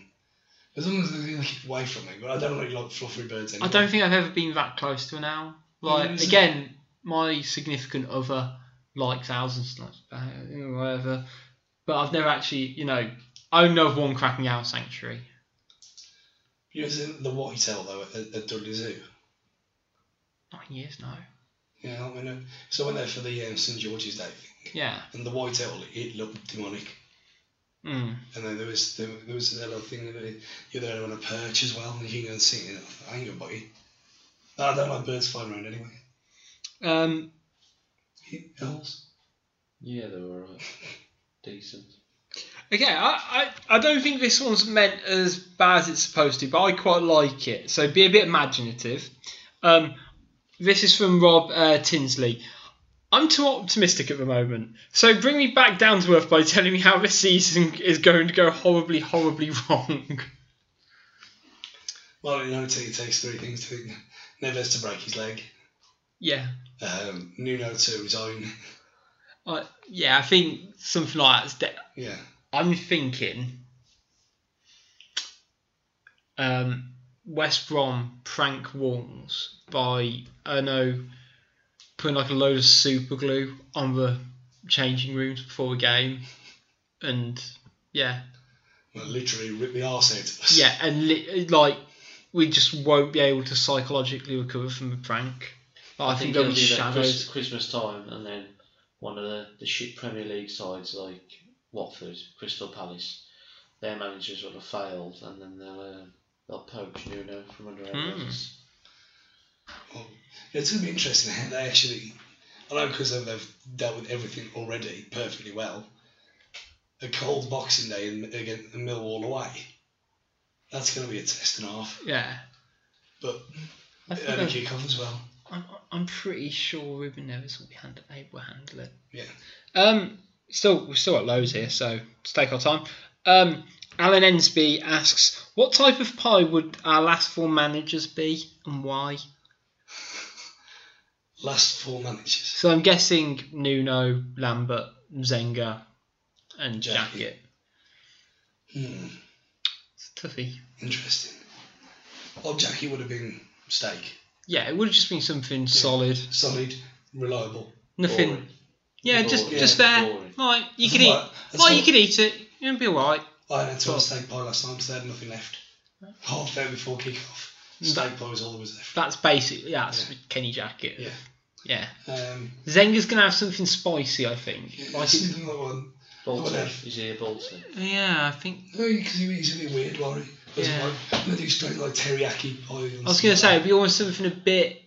Speaker 2: As long as they keep away from me, but I don't really like fluffy birds
Speaker 1: I
Speaker 2: anymore.
Speaker 1: don't think I've ever been that close to an owl. Like
Speaker 2: Mm, is it-
Speaker 1: again, my significant other likes owls and stuff, uh, you know, whatever. But I've never actually, you know, I know of one cracking owl sanctuary.
Speaker 2: You know, the- the white owl though at, at Dudley Zoo.
Speaker 1: Nine years, no.
Speaker 2: Yeah, I mean, so I went there for the um, St George's Day thing,
Speaker 1: Yeah.
Speaker 2: and the white owl it looked demonic.
Speaker 1: Mm.
Speaker 2: And then there was there, there was that little thing that you're there on a perch as well, and you can go and see it. I ain't gonna bite you. No, I don't like birds flying around anyway.
Speaker 1: Um,
Speaker 2: Elves.
Speaker 3: Yeah, they were alright. Decent.
Speaker 1: okay, I, I, I don't think this one's meant as bad as it's supposed to, but I quite like it. So be a bit imaginative. Um, this is from Rob uh, Tinsley. I'm too optimistic at the moment, so bring me back down to earth by telling me how this season is going to go horribly, horribly wrong.
Speaker 2: Well, you know, it takes, it takes three things to it. Neves to break his leg.
Speaker 1: yeah,
Speaker 2: Um, Nuno to resign.
Speaker 1: I yeah, I think something like that's. De-
Speaker 2: Yeah.
Speaker 1: I'm thinking um, West Brom prank walls by I don't know putting like a load of super glue on the changing rooms before the game, and yeah,
Speaker 2: Well, literally rip the arse out of us.
Speaker 1: yeah, and li- like we just won't be able to psychologically recover from the prank. But I, think there'll be
Speaker 3: do that Chris-
Speaker 1: shadows.
Speaker 3: Christmas time, and then one of the, the shit Premier League sides like Watford, Crystal Palace, their managers will have failed, and then they'll uh, they'll poach Nuno from under our
Speaker 1: Hmm.
Speaker 3: noses.
Speaker 2: Well, it's going to be interesting how they actually. I know because they've dealt with everything already perfectly well. A cold Boxing Day in, against Millwall away. That's going to be a test and a half.
Speaker 1: Yeah,
Speaker 2: But
Speaker 1: I think
Speaker 2: and a
Speaker 1: I'm,
Speaker 2: kick off as well.
Speaker 1: I'm, I'm pretty sure Ruben Neves will be hand- able to handle it.
Speaker 2: Yeah.
Speaker 1: Um, still, we're still at lows here, so let's take our time. Um, Alan Ensby asks, what type of pie would our last four managers be and why?
Speaker 2: Last four managers.
Speaker 1: So I'm guessing Nuno, Lambert, Zenga, and
Speaker 2: Jacket.
Speaker 1: Jacket.
Speaker 2: Hmm.
Speaker 1: It's toughy.
Speaker 2: Interesting. Well, Jackie would have been steak.
Speaker 1: Yeah, it would have just been something solid.
Speaker 2: Solid, reliable.
Speaker 1: Nothing.
Speaker 3: Boring.
Speaker 1: Yeah,
Speaker 3: Boring.
Speaker 1: just
Speaker 3: Yeah,
Speaker 1: just there.
Speaker 3: boring.
Speaker 1: Like you
Speaker 2: That's
Speaker 1: could
Speaker 2: all
Speaker 1: eat.
Speaker 2: right. That's
Speaker 1: Like
Speaker 2: all-
Speaker 1: you could eat it. It'd be alright.
Speaker 2: I had to have steak pie last night because they had nothing left. Half there before kick off.
Speaker 1: Hmm.
Speaker 2: Steak pie was all there was left.
Speaker 1: That's basically yeah, that's Kenny Jacket.
Speaker 2: Yeah.
Speaker 1: Yeah.
Speaker 2: Um,
Speaker 1: Zenga's gonna have something spicy, I think. Like it's
Speaker 2: something like one.
Speaker 3: Bolton,
Speaker 2: Whatever.
Speaker 3: is he a Bolton?
Speaker 1: Yeah, I think.
Speaker 2: Because he's a bit weird, Laurie.
Speaker 1: Yeah.
Speaker 2: Yeah. Like, they do straight like teriyaki pie. and
Speaker 1: I was
Speaker 2: stuff
Speaker 1: going
Speaker 2: like
Speaker 1: to say,
Speaker 2: that.
Speaker 1: it'd be almost something a bit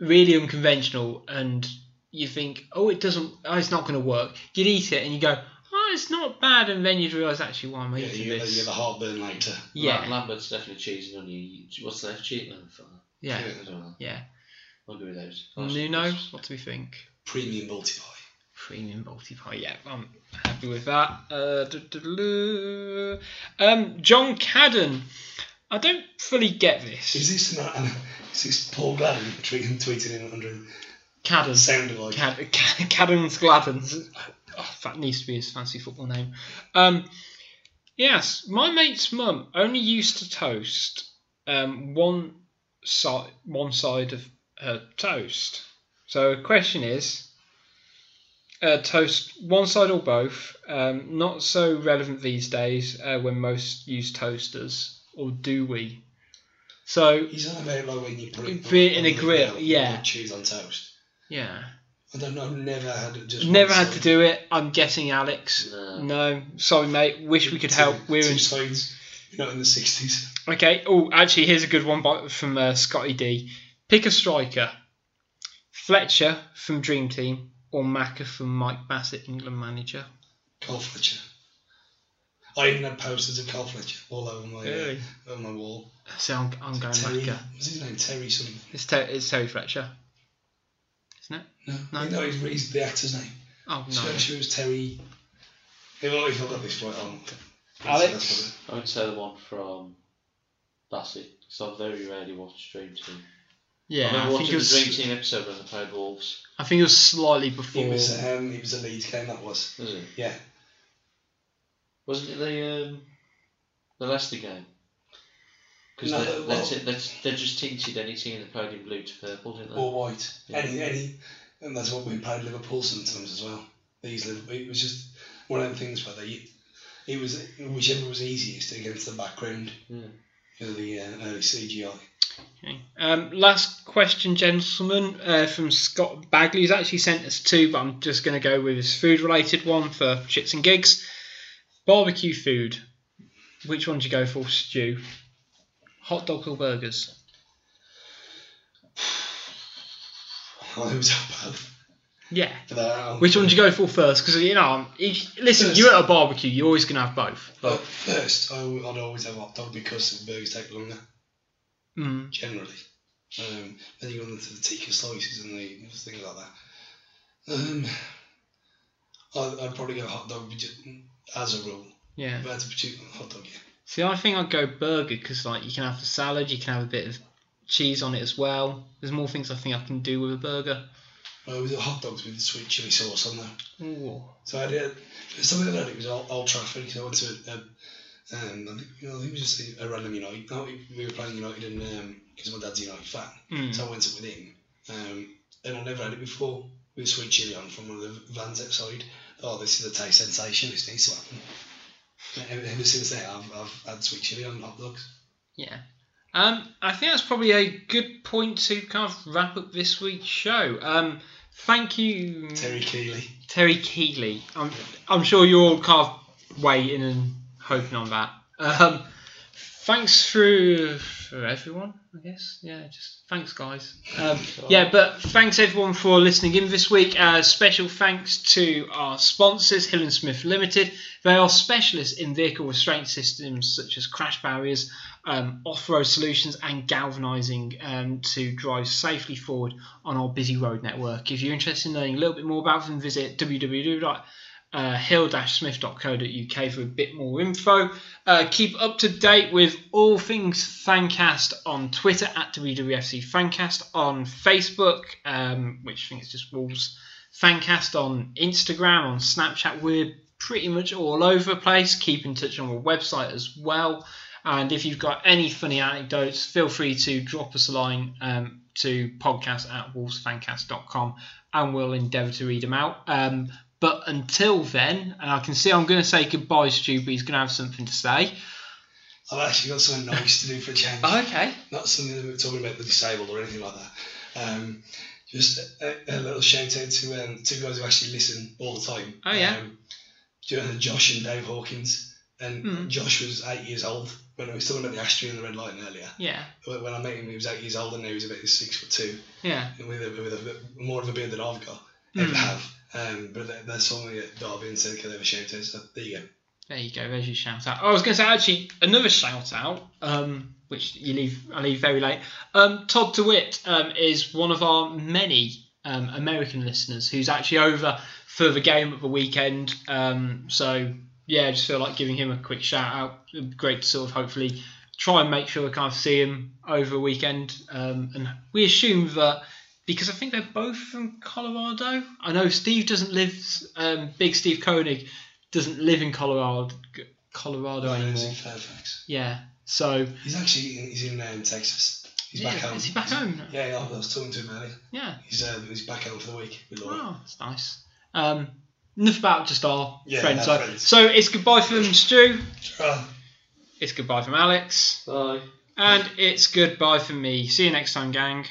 Speaker 1: really unconventional, and you think, oh, it doesn't, oh, it's not going to work. You'd eat it and you go, oh, it's not bad, and then you'd realise, actually, why am I
Speaker 2: Yeah,
Speaker 1: eating
Speaker 2: you get, the- you get
Speaker 1: this?
Speaker 2: the heartburn later.
Speaker 3: Lam-
Speaker 1: Yeah,
Speaker 3: Lambert's definitely cheese and onion. What's left? Cheat lamb for?
Speaker 1: yeah,
Speaker 3: I don't know.
Speaker 1: yeah.
Speaker 3: I'll go with those.
Speaker 1: Nuno, what do we think?
Speaker 2: Premium multi pie.
Speaker 1: Premium multi pie, yeah, I'm happy with that. Uh, du-du-du-du. um, John Cadden. I don't fully get this.
Speaker 2: Is this not? An, is this Paul Gladden tweeting, tweeting in under
Speaker 1: Cadden.
Speaker 2: sound alike?
Speaker 1: Cad- Cad- Cadden's Gladdens. Oh, that needs to be his fancy football name. Um, yes, my mate's mum only used to toast um, one side one side of her toast. So the question is, uh, toast one side or both? Um, not so relevant these days uh, when most use toasters, or do we? So
Speaker 2: He's on about like when you put it
Speaker 1: Put it in
Speaker 2: on
Speaker 1: a
Speaker 2: the
Speaker 1: grill,
Speaker 2: grill,
Speaker 1: yeah.
Speaker 2: Cheese on toast.
Speaker 1: yeah.
Speaker 2: I don't know. I've never had it. Just
Speaker 1: Never had to do it. I'm guessing Alex. No.
Speaker 3: No.
Speaker 1: Sorry, mate. Wish we could help. We're in.
Speaker 2: two sides. You're not in the sixties.
Speaker 1: Okay. Oh, actually, here's a good one by, from uh, Scotty D. Pick a striker: Fletcher from Dream Team or Macca from Mike Bassett, England manager.
Speaker 2: Carl Fletcher. I even had posters of Carl Fletcher all over my
Speaker 1: Really?
Speaker 2: uh, on my wall.
Speaker 1: So I'm, I'm going
Speaker 2: Terry,
Speaker 1: Macca.
Speaker 2: what's his name? Terry something.
Speaker 1: It's, Ter- it's Terry Fletcher. isn't it?
Speaker 2: No,
Speaker 1: No.
Speaker 2: no, he's, he's the actor's name.
Speaker 1: Oh no.
Speaker 2: Spencer was Terry. They've already got this right on.
Speaker 1: Alex?
Speaker 3: I would say the one from Bassett, because I very rarely watch Dream Team. I
Speaker 1: Yeah,
Speaker 3: remember
Speaker 1: I think
Speaker 3: watching
Speaker 1: it
Speaker 3: the Dream
Speaker 1: was.
Speaker 3: Team episode when they played Wolves.
Speaker 1: I think it was slightly before.
Speaker 2: It was, um, it was a Leeds game, that was.
Speaker 3: Was it?
Speaker 2: Yeah.
Speaker 3: Wasn't it the um, the Leicester game? Because
Speaker 2: No,
Speaker 3: they,
Speaker 2: well-
Speaker 3: that's it. That's, they just tinted any team that played in blue to purple, didn't they?
Speaker 2: Or white.
Speaker 3: Yeah.
Speaker 2: Any, any. And that's what we played Liverpool sometimes as well. These Liverpool. It was just one of them things where they. It was whichever was easiest against the background
Speaker 3: Yeah.
Speaker 2: of the uh, early CGI.
Speaker 1: Okay. Um, last question, gentlemen, uh, from Scott Bagley. He's actually sent us two, but I'm just going to go with his food related one for shits and gigs. Barbecue food. Which one do you go for, Stew? Hot dog or burgers?
Speaker 2: I was up both.
Speaker 1: Yeah.
Speaker 2: For that, um,
Speaker 1: Which one do you go for first? Because, you know, I'm- each, listen,
Speaker 2: First.
Speaker 1: you're at a barbecue, you're always going to have both.
Speaker 2: But first, I, would always have hot dog because burgers take longer.
Speaker 1: Mm.
Speaker 2: generally. Um, then you go on to the tikka slices and the things like that. Um, I'd, I'd probably go hot dog but ju- as a rule.
Speaker 1: Yeah.
Speaker 2: If I had to choose hot dog, yeah.
Speaker 1: See, I think I'd go burger because, like, you can have the salad, you can have a bit of cheese on it as well. There's more things I think I can do with a burger.
Speaker 2: Well, it was hot dogs with sweet chili sauce on there.
Speaker 1: Ooh.
Speaker 2: So I did something like that. It was Old, Old Trafford. So I went to um, um, I think, you know, I think it was just a, a random United. No, we- we were playing United, and because my dad's a United fan,
Speaker 1: Mm.
Speaker 2: so I went up with him. Um, and I never had it before with sweet chili on from one of the vans outside. Oh, this is a taste sensation. This needs to happen. And Ever, ever since then, I've, I've had sweet chili on hot dogs.
Speaker 1: Yeah. Um, I think that's probably a good point to kind of wrap up this week's show. Um, thank you,
Speaker 2: Terry Keely.
Speaker 1: Terry Keeley. I'm, I'm sure you're all kind of waiting and hoping on that. Um, thanks for, for everyone, I guess. Yeah, just thanks, guys. Um, yeah, but thanks everyone for listening in this week. Uh, special thanks to our sponsors, Hill and Smith Limited. They are specialists in vehicle restraint systems such as crash barriers, um, off-road solutions, and galvanising um, to drive safely forward on our busy road network. If you're interested in learning a little bit more about them, visit www.hill-smith.co.uk uh, for a bit more info. Uh, keep up to date with all things Fancast on Twitter at WWFC Fancast, on Facebook, um, which I think is just Wolves Fancast, on Instagram, on Snapchat. We're pretty much all over the place. Keep in touch on our website as well. And if you've got any funny anecdotes, feel free to drop us a line um, to podcast at wolvesfancast.com and we'll endeavour to read them out. Um, but until then, and I can see I'm going to say goodbye, Stu, but he's going to have something to say.
Speaker 2: I've actually got something nice to do for a change.
Speaker 1: Okay.
Speaker 2: not something that we're talking about the disabled or anything like that. Um, just a, a little shout out to um, two guys who actually listen all the time.
Speaker 1: Oh, yeah.
Speaker 2: Um, Jo- Josh and Dave Hawkins. And
Speaker 1: Hmm.
Speaker 2: Josh was eight years old when I was talking about the Ashtray and the red light earlier.
Speaker 1: Yeah.
Speaker 2: When when I met him, he was eight years old and he was about six foot two
Speaker 1: Yeah.
Speaker 2: and with, a, with a, bit more of a beard than I've got.
Speaker 1: Hmm.
Speaker 2: Ever have. Um, but they, they saw me at Derby and said, "Can I have a shout out?" So there you go.
Speaker 1: There you go. There's your shout out. Oh, I was going to say actually another shout out, um, which you leave I leave very late. Um, Todd DeWitt um, is one of our many um, American listeners who's actually over for the game at the weekend. Um, so yeah, I just feel like giving him a quick shout out. It'd be Great to sort of hopefully try and make sure I kind of see him over the weekend. Um, and we assume that because I think they're both from Colorado. I know Steve doesn't live. Um, Big Steve Koenig doesn't live in Colorado. Colorado
Speaker 2: Oh, He lives
Speaker 1: anymore.
Speaker 2: in Fairfax.
Speaker 1: Yeah. So
Speaker 2: He's actually in, he's in um, Texas. He's back
Speaker 1: yeah,
Speaker 2: home.
Speaker 1: is he back home? now?
Speaker 2: Yeah, I was talking to him earlier.
Speaker 1: Yeah.
Speaker 2: He's, uh, he's back out for the week with Laura.
Speaker 1: Oh, that's nice. Um, enough about just our
Speaker 2: Yeah,
Speaker 1: friends.
Speaker 2: our
Speaker 1: So-
Speaker 2: friends.
Speaker 1: So it's goodbye from Stu.
Speaker 2: Ah.
Speaker 1: It's goodbye from Alex.
Speaker 3: Bye.
Speaker 1: And it's goodbye from me. See you next time, gang.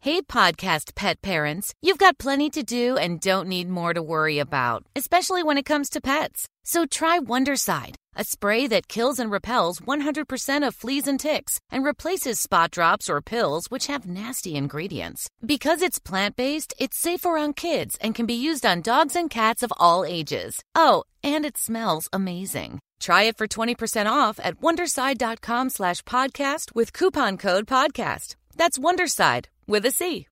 Speaker 4: Hey, podcast pet parents. You've got plenty to do and don't need more to worry about, especially when it comes to pets. So try Wonderside, a spray that kills and repels 100% of fleas and ticks and replaces spot drops or pills which have nasty ingredients. Because it's plant based, it's safe around kids and can be used on dogs and cats of all ages. Oh, and it smells amazing. Try it for 20% off at Wonderside.com slash podcast with coupon code podcast. That's Wonderside with a C.